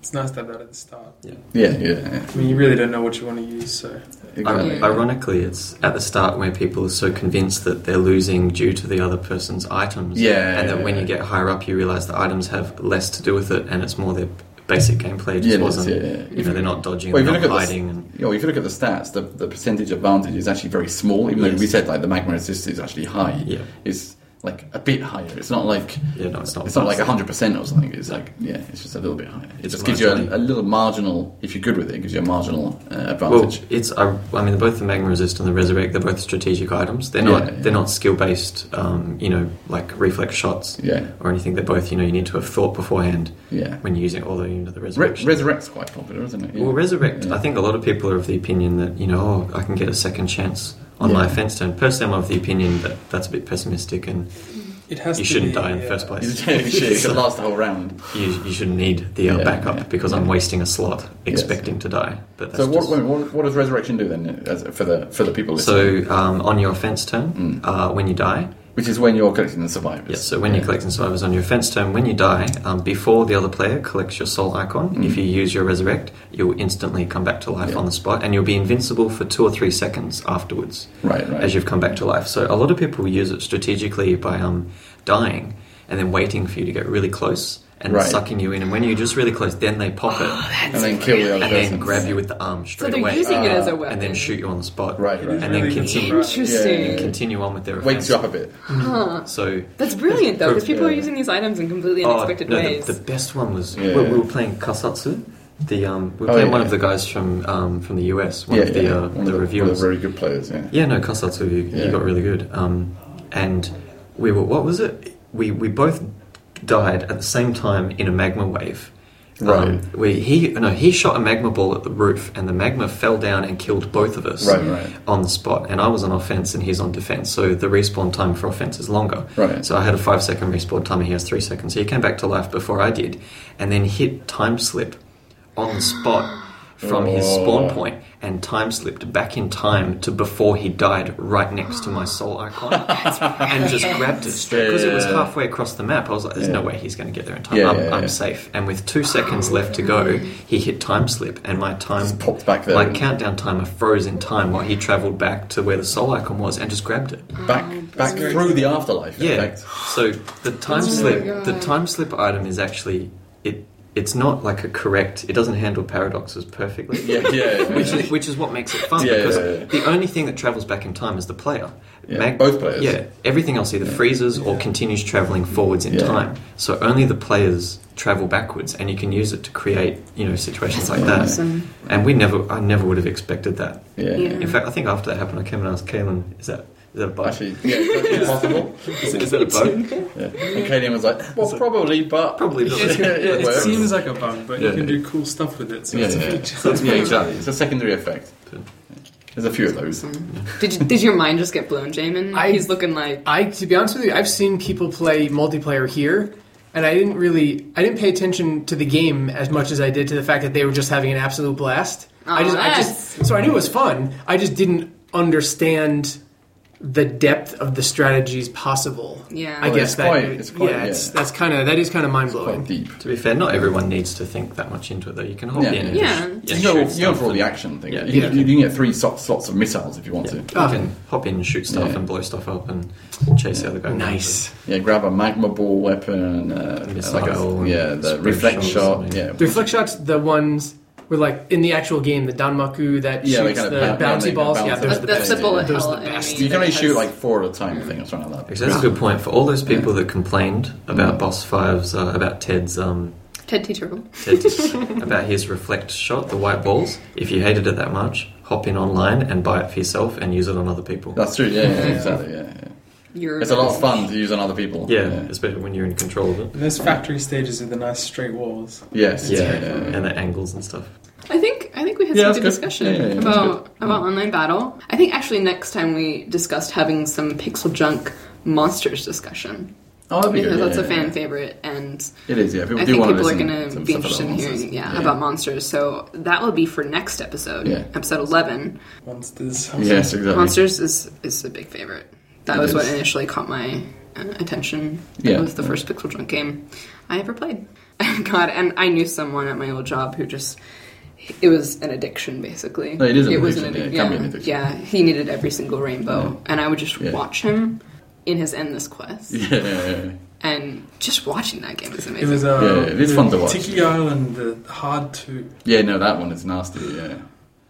F: It's nice to have that at the start.
C: yeah, yeah, yeah,
F: I mean, you really don't know what you want to use, so.
C: exactly.
A: Yeah.
G: Um, Ironically, it's at the start where people are so convinced that they're losing due to the other person's items.
C: Yeah,
G: And that
C: yeah,
G: when
C: yeah.
G: you get higher up, you realize the items have less to do with it and it's more their basic gameplay. Just
C: Yeah, it is,
G: wasn't.
C: yeah, yeah.
G: You know, they're not dodging,
C: Well, if you
G: they're not
C: look at the-
G: hiding. and,
C: Yeah, well, if you look at the stats, the, the percentage advantage is actually very small. Even though
G: Yes.
C: we said like the magma resist is actually high,
G: Yeah.
C: it's like a bit higher. It's not like
G: yeah, no, it's not.
C: It's not like 100% or something. It's like, yeah, it's just a little bit higher. It
G: It's
C: just gives you a,
G: marginally.
C: a little marginal, if you're good with it, it gives you a marginal uh,
G: Well,
C: advantage.
G: it's I, I mean, both the magma resist and the resurrect, they're both strategic items. They're not
C: Yeah, yeah.
G: they're not skill based. Um, you know, like reflex shots
C: yeah,
G: or anything. They're both you know you need to have thought beforehand
C: yeah.
G: when you're using. Although you know the
C: Re-
G: resurrection.
C: Resurrect's quite popular, isn't it? Yeah.
G: Well, resurrect.
C: Yeah.
G: I think a lot of people are of the opinion that you know, oh, I can get a second chance on
C: Yeah.
G: my offense turn. Personally, I'm of the opinion that that's a bit pessimistic, and
F: It has
G: you
F: to
G: shouldn't
F: be, uh,
G: die in the
F: yeah.
G: first place.
C: Yeah, shit, it could last the whole round.
G: You, you shouldn't need the uh,
C: Yeah,
G: backup
C: yeah,
G: because I'm
C: yeah.
G: wasting a slot
C: Yes.
G: expecting to die. But that's
C: So what,
G: just-
C: what, what does resurrection do then as, for the for the people listening?
G: So um, on your offense turn,
C: Mm.
G: uh, when you die,
C: Which is when you're collecting the survivors.
G: yes. So when you collect and survivors on your offense turn, when you die, um, before the other player collects your soul icon, if you use your resurrect, you'll instantly come back to life
C: Mm-hmm. Yeah.
G: on the spot, and you'll be invincible for two or three seconds afterwards.
C: Right, right.
G: As you've come back to life. So a lot of people use it strategically by um, dying and then waiting for you to get really close and
C: Right. Oh,
G: sucking you in. And when you're just really close, then they pop it
C: and then kill the other
G: and
C: person.
G: then grab you with the arm
A: So
G: straight
A: they're
G: away
A: using it as a weapon.
G: and then shoot you on the spot.
C: Right,
F: It
C: right.
F: is
G: And then
F: really good
G: continue.
F: surprise.
A: Interesting.
C: Yeah.
G: Continue on with their
C: Wakes
G: offense.
C: you up a bit.
G: So
A: That's brilliant though, because people are
C: Yeah.
A: using these items in completely
G: Oh,
A: unexpected
G: no, the-
A: ways.
G: The, best one was
C: Yeah.
G: we, we were playing Kasatsu. The um, we were
C: Oh,
G: playing
C: yeah,
G: one
C: yeah.
G: of the guys from um, from the US, one
C: yeah,
G: of the
C: yeah,
G: uh,
C: one of the
G: the
C: one of
G: reviewers.
C: the very good players, yeah.
G: Yeah, no, Kasatsu, you,
C: Yeah.
G: you got really good. Um, and we were what was it? We we both died at the same time in a magma wave. Um,
C: Right.
G: we he no he shot a magma ball at the roof, and the magma fell down and killed both of us
C: Right, right.
G: on the spot. And I was on offense, and he's on defense, so the respawn time for offense is longer.
C: Right.
G: So I had a five second respawn time, and he has three seconds. So he came back to life before I did, and then hit time slip on the spot from his
C: Oh.
G: spawn point point and time slipped back in time to before he died right next to my soul icon and just grabbed it straight because it was
C: Yeah.
G: halfway across the map. I was like, there's no way he's going to get there in time.
C: Yeah,
G: I'm,
C: yeah, yeah.
G: I'm safe. And with two seconds left to go, he hit time slip and my time
C: Just popped back there.
G: My countdown timer froze in time while he travelled back to where the soul icon was and just grabbed it.
C: Back back through the afterlife, in
G: Yeah.
C: fact.
G: So the time slip, the time slip item is actually it. It's not like a correct. It doesn't handle paradoxes perfectly
C: Yeah, yeah, yeah.
G: which is which is what makes it fun
C: Yeah,
G: because
C: yeah, yeah.
G: the only thing that travels back in time is the player.
C: Yeah, both players.
G: Yeah, everything else either freezes or continues traveling forwards in
C: Yeah.
G: time. So only the players travel backwards, and you can use it to create you know situations like that.
A: awesome.
G: And we never, I never would have expected that.
C: yeah.
A: Yeah.
G: In fact, I think after that happened, I came and asked Kaelin, "Is that is that a bug?
C: Actually, yeah, it's possible.
G: Is, is that a bug?
C: Yeah. And Kaelin was like, well, probably, but
G: Probably not."
C: Yeah,
F: It,
C: well,
F: seems like a bug, but
C: Yeah.
F: you can do cool stuff with it. So
C: yeah,
F: it's a
C: yeah.
F: feature.
C: yeah, exactly. It's a secondary effect. There's a few of those.
A: did, you- did your mind just get blown, Jamin?
D: I-
A: He's looking like
D: I, to be honest with you, I've seen people play multiplayer here, and I didn't really, I didn't pay attention to the game as much as I did to the fact that they were just having an absolute blast. I
A: Aw,
D: just, I
A: that's-
D: just, so I knew it was fun. I just didn't understand the depth of the strategies possible.
A: Yeah.
D: I
A: Well,
D: guess
C: Oh, it's
D: that,
C: quite- it's quite-
D: yeah, It's,
C: yeah.
D: that's kind of that is kind of mind
C: Quite
D: blowing.
C: deep.
G: To be fair, not everyone needs to think that much into it, though. You can hop
C: Yeah.
G: in and
A: Yeah.
G: just-
C: You
G: and
C: go,
G: shoot
C: you go
G: stuff
C: for all
G: and-
C: the action thing.
G: Yeah.
C: you, can- you can get three so- slots of missiles if you want to.
G: You can hop in and shoot stuff
C: Yeah.
G: and blow stuff up and chase the other guy.
D: Nice.
C: Yeah, grab a magma ball weapon, uh,
G: Missile
C: like a,
G: and
C: yeah, the
G: spring
C: reflect
G: shots,
C: shot.
G: maybe.
C: Yeah,
D: The reflect shots, the ones were like in the actual game, the Danmaku that
C: Yeah, they
D: shoots the
C: kind of bounce-
D: bouncy
C: yeah, they
D: balls.
C: bounce
D: yeah,
C: it.
D: those are
A: that's
D: the
C: That's
D: best.
A: the bullet
D: Those are
A: hell
D: the best.
A: enemy
C: you can only
A: that
C: shoot
A: has-
C: like four at a time, I think, or something like that.
G: Actually, that's a good point for all those people that complained about Boss Five's, uh, about Ted's, um,
A: Ted T. Turtle.
G: Ted's about his reflect shot, the white balls. If you hated it that much, hop in online and buy it for yourself and use it on other people.
C: That's true. Yeah, yeah, exactly. Yeah, yeah.
A: You're
C: it's a lot of fun to use on other people.
G: yeah, especially when you're in control of it.
F: And those factory stages with the nice straight walls.
C: Yes.
G: Yeah,
C: yeah, yeah.
G: and the angles and stuff.
A: I think I I think we had
C: Yeah,
A: some
C: that's
A: good,
C: good.
A: discussion
C: Yeah, yeah, yeah, that's
A: about about online battle. I think actually next time we discussed having some pixel junk monsters discussion
C: Oh, that'd be
A: because
C: good. yeah,
A: that's a
C: yeah,
A: fan
C: yeah.
A: favorite, and
C: It is, yeah. People
A: I
C: do
A: think people
C: want to
A: are
C: listen
A: going to
C: some
A: be
C: stuff about
A: interested in hearing
C: monsters.
A: yeah, about monsters. So that will be for next episode,
C: Yeah.
A: episode eleven.
F: Monsters.
C: Yes, exactly.
A: Monsters is is a big favorite. That
C: It
A: was what
C: is.
A: initially caught my uh, attention.
C: Yeah.
A: It was the first Pixel Junk game I ever played. Oh, God, and I knew someone at my old job who just it was an addiction basically.
C: No, it is an addiction,
A: addic-
C: yeah, it can be an addiction.
A: Yeah, he needed every single rainbow, and I would just
C: Yeah.
A: watch him in his endless quest,
C: Yeah, yeah, yeah.
A: and just watching that game is
F: It
A: amazing.
F: was, uh,
C: Yeah, yeah, it's fun to watch.
F: Tiki Island, the hard to.
C: Yeah, no, that one is nasty. Yeah,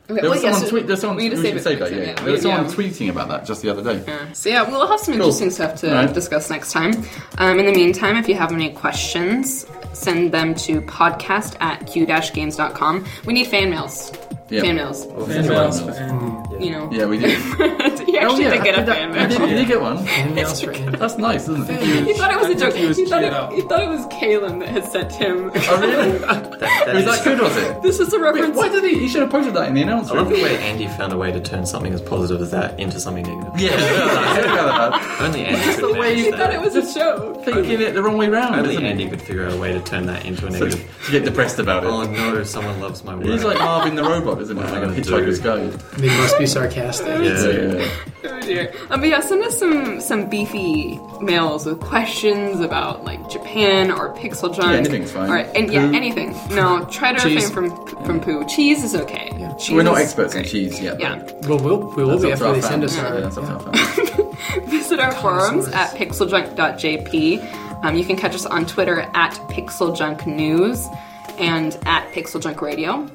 A: Okay,
C: there was
A: well, yeah,
C: someone.
A: so
C: tweet, there's someone.
A: we
C: We,
A: need to
C: should
A: it
C: save
A: for
C: that. Yeah,
A: next time,
C: there was someone
A: Yeah.
C: tweeting about that just the other day.
A: So yeah, we'll have some
C: Cool.
A: interesting stuff to
C: Alright.
A: discuss next time. Um, in the meantime, if you have any questions, send them to podcast at q-games.com. We need fan mails.
C: Yeah.
A: Fan mails.
G: Oh,
F: Fan mails for Annie.
A: You know.
C: Yeah, we did.
A: he actually did get a fan
C: Oh, I
A: mail.
C: did, you did get one.
D: Annie.
C: That's nice, isn't it?
A: He thought it was a joke.
F: he was
A: He thought
F: keyed up.
A: it, he thought it was Kalen that had sent him.
C: oh, really? was that good, was it?
A: this is a
C: Wait,
A: reference.
C: why did he? He should have posted that in the
G: I love
C: announcement.
G: the way Andy found a way to turn something as positive as that into something negative.
C: Yeah, I heard about that.
G: Only Andy could
C: the way
G: manage
C: you
A: he thought it
G: that.
A: was a joke.
C: Thinking it the wrong way round.
G: Only
C: isn't it?
G: Andy could figure out a way to turn that into a
C: So
G: negative.
C: to get depressed about
G: Oh
C: it.
G: no, someone loves my work.
C: He's like Marvin the robot, isn't he?
G: What am I
C: Like
G: gonna
C: Hitchhiker's
G: do?
C: Guide.
D: They must be sarcastic.
G: yeah.
C: Yeah.
A: Oh dear. Um, but yeah, send us some some beefy mails with questions about like Japan or Pixel junk.
C: Yeah, anything's fine.
A: Or and, yeah,
C: Poo.
A: anything. No, try to
D: Cheese.
A: refrain from from poo. Cheese is okay. Cheese
C: We're not
A: is
C: experts in
A: great.
C: cheese yet.
A: Yeah.
D: Well, we'll we will
C: That's
D: be
C: up to
D: after
C: our
D: they send
C: fans.
D: us uh,
C: Yeah,
D: our.
C: that's up to our fans.
A: Visit our forums at
D: Connoisseurs.
A: pixeljunk.jp. Um, you can catch us on Twitter at pixeljunknews and at pixeljunkradio.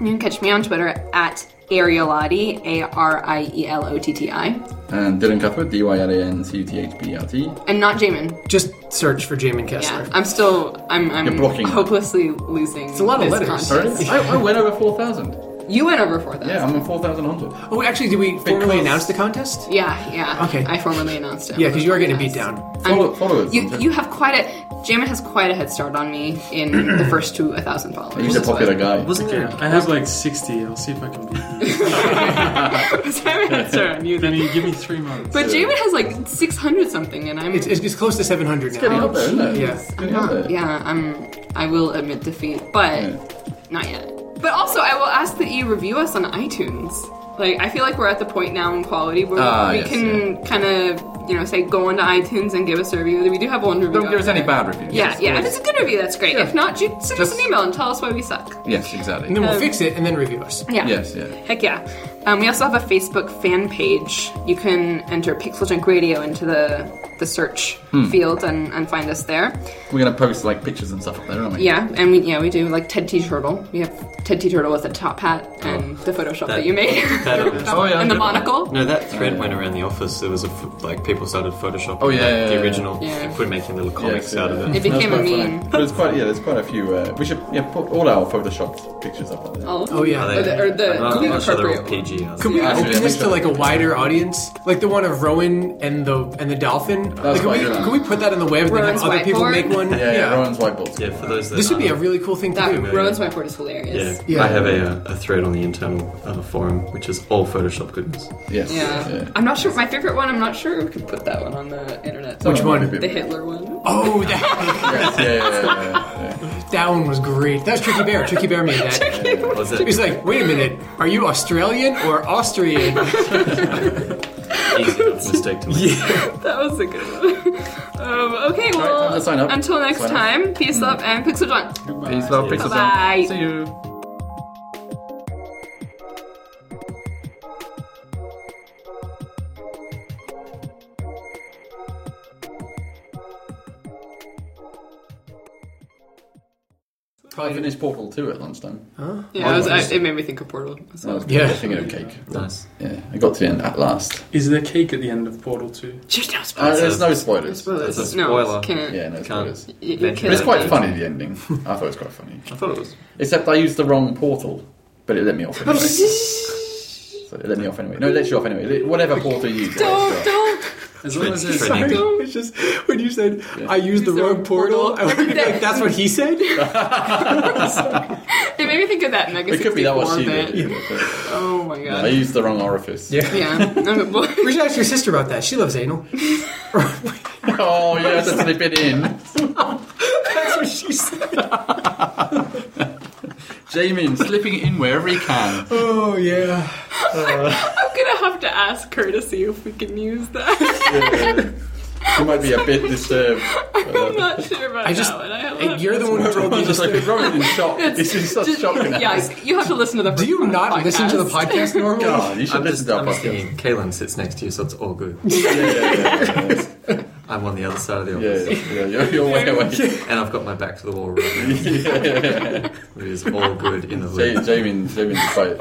A: You can catch me on Twitter at Ariolotti, A R I E L O T T I,
C: And Dylan Cuthbert, D Y L A N C U T H B E R T.
A: and not Jamin.
D: Just search for Jamin Kessler.
A: Yeah, I'm still. I'm. I'm
C: You're blocking that.
A: hopelessly losing. It's
D: a lot of
A: this
D: letters.
A: contest.
C: Sorry? I, I went over 4,000.
A: You went over for that.
C: Yeah, I'm on 4,100.
D: Oh, actually, did we formally
C: Because-
D: announce the contest?
A: Yeah, yeah.
D: Okay.
A: I formally announced it.
D: Yeah, because you are getting
A: Yes.
D: beat down.
C: Follow, followers.
A: You you have quite a. Jamin has quite a head start on me in the first two a thousand followers.
C: He's a
A: That's why-
C: popular guy.
G: Wasn't there?
F: I have like 60. I'll see if I can beat you.
A: Jamin had started on you
F: Then
A: then.
F: you give me three months.
A: But Jamin has like six hundred something, and I'm.
D: It's, it's, it's close to 700
C: Getting
D: now.
C: up there, isn't it?
D: Yeah.
C: It's
A: I'm
C: Getting up
A: not.
C: there.
A: Yeah, I'm. I will admit defeat, but
C: Yeah.
A: not yet. But also, I will ask that you review us on iTunes. Like, I feel like we're at the point now in quality where
C: Ah,
A: we
C: yes,
A: can kind of, you know, say go onto iTunes and give us a review. We do have one review.
C: Don't give
A: out
C: us any
A: there.
C: bad reviews.
A: Yeah,
C: Just-
A: yeah. If it's a good review, that's great. If not, you send us
C: Just-
A: an email and tell us why we suck.
C: Yes, exactly.
D: And then we'll
A: Um,
D: fix it and then review us.
A: Yeah.
C: Yes, yeah.
A: Heck yeah. Um, we also have a Facebook fan page. You can enter Pixel Junk Radio into the the search
C: Hmm.
A: field and, and find us there.
C: We're going to post like pictures and stuff up there, aren't we?
A: Yeah, and we yeah we do like Ted T Turtle. We have Ted T Turtle with a top hat and the Photoshop that,
G: Oh, That-
A: you made,
G: That, um,
C: Oh, yeah.
A: and the
C: good one.
A: monocle.
G: No, that thread went around the office. There was a f- like people started photoshopping.
C: Oh, yeah,
G: like,
C: yeah, yeah.
G: the original.
A: Yeah.
G: They quit making little comics
C: yeah,
G: out of
C: yeah.
A: It
G: it.
A: became a
C: That's quite
A: meme.
C: funny. But it's quite, yeah, there's quite a few. Uh, we should, yeah, put all our Photoshop pictures up there.
A: Oh,
D: Oh, yeah.
A: Or the, or the
G: I'm not, I'm not sure they're all
A: appropriate one.
G: PG. Are they?
D: Could we
C: Yeah,
D: open
C: yeah,
D: this
C: yeah.
D: to like a wider audience, like the one of Rowan and the and the dolphin? Like,
C: quite
D: could, we,
C: good.
D: could we put that on the web and then have
A: Rowan's
D: other people
A: whiteboard.
D: make one?
C: Yeah, yeah, Rowan's whiteboard.
G: yeah, for those. That
D: This would be a
G: aren't-
D: really cool thing to
A: That
D: do.
A: Rowan's whiteboard is hilarious.
G: Yeah.
D: Yeah.
G: I have a, uh, a thread on the internal uh, forum which is all Photoshop goodness.
C: Yes.
A: Yeah. I'm not sure. My favorite one. I'm not sure we could put that one on the internet.
D: Which
C: Oh,
D: one?
C: maybe.
A: The Hitler one.
D: Oh, that,
C: Yes, yeah, yeah, yeah, yeah, yeah.
D: that one was great. That was Tricky Bear. Tricky Bear made that.
G: Was it
D: He's like, wait a minute, are you Australian or Austrian?
G: easy enough mistake to make?
A: That was a good one. um, okay, well,
C: time to sign up.
A: until next
C: Sign up. Mm.
A: time, peace love and pixel junk.
C: Peace, love, pixels. and-
A: Bye.
C: See you. I finished Portal 2 at lunchtime.
A: Yeah, I was, I,
C: Otherwise-
A: it made me think of Portal.
C: I was
D: Yeah.
C: thinking of cake.
G: Nice.
C: Yeah, I got to the end at last.
F: Is there cake at the end of Portal 2?
A: Just no
C: Uh,
A: spoilers.
C: there's no spoilers.
A: spoilers.
G: That's a
A: No,
G: spoiler.
A: can't.
C: Yeah, no spoilers.
A: You- you
G: But
A: can't.
C: But it's quite funny, the ending. I thought it was quite funny.
G: I thought it was.
C: Except I used the wrong portal, but it let me off
A: Oh,
C: anyway. so it let me off anyway. No, it lets you off anyway. Whatever portal you use. it lets you
A: Don't,
C: off.
A: don't.
F: As long as there's
G: Sorry.
D: it's just when you said I used the
A: Use the
D: wrong
A: wrong
D: portal.
A: portal.
D: I was like, that's what he said.
A: It made me think of that Mega
C: It could be that was
A: 64
C: she
A: bit.
C: did.
A: Oh my
C: I
A: god.
C: used the wrong orifice.
D: Yeah.
A: Yeah. Okay, well,
D: We should ask your sister about that. She loves anal.
C: Oh, you had to slip it in.
D: That's what she said.
C: Jamin, slipping it in wherever he can.
D: Oh yeah.
A: I'm gonna have to ask her to see if we can use that.
C: She might be a bit disturbed.
A: I'm not sure about
D: I just-
A: that one. I have-
D: Hey, you're the one who told me
C: Everyone's
D: this.
C: just like, everyone's in shock. This is such
A: Just-
C: shocking.
A: yeah, you have to listen to the.
D: Do you
A: first
D: not
A: podcast.
D: listen to the podcast normally?
C: God, you should
G: I'm
C: listen
G: just,
C: to our
G: I'm just
C: podcast.
G: thinking, Kalen sits next to you, so it's all good.
C: Yeah, yeah, yeah, yeah.
G: I'm on the other side of the
C: Yeah,
G: office,
C: yeah, yeah. You're, you're way away.
G: and I've got my back to the wall right now. It is all good in the
C: Ja-
G: loop.
C: Jamin, Jamin's quite.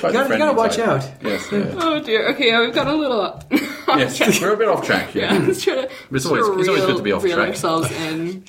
C: quite
D: You gotta, you gotta watch out.
C: Yes, yeah.
A: Oh dear. Okay, yeah, we've got a little.
C: yes. We're a bit off track here.
A: yeah, let's try to.
C: But it's always-
A: try to
C: it's always good
A: reel-
C: to be off
A: reel
C: track.
A: ourselves in.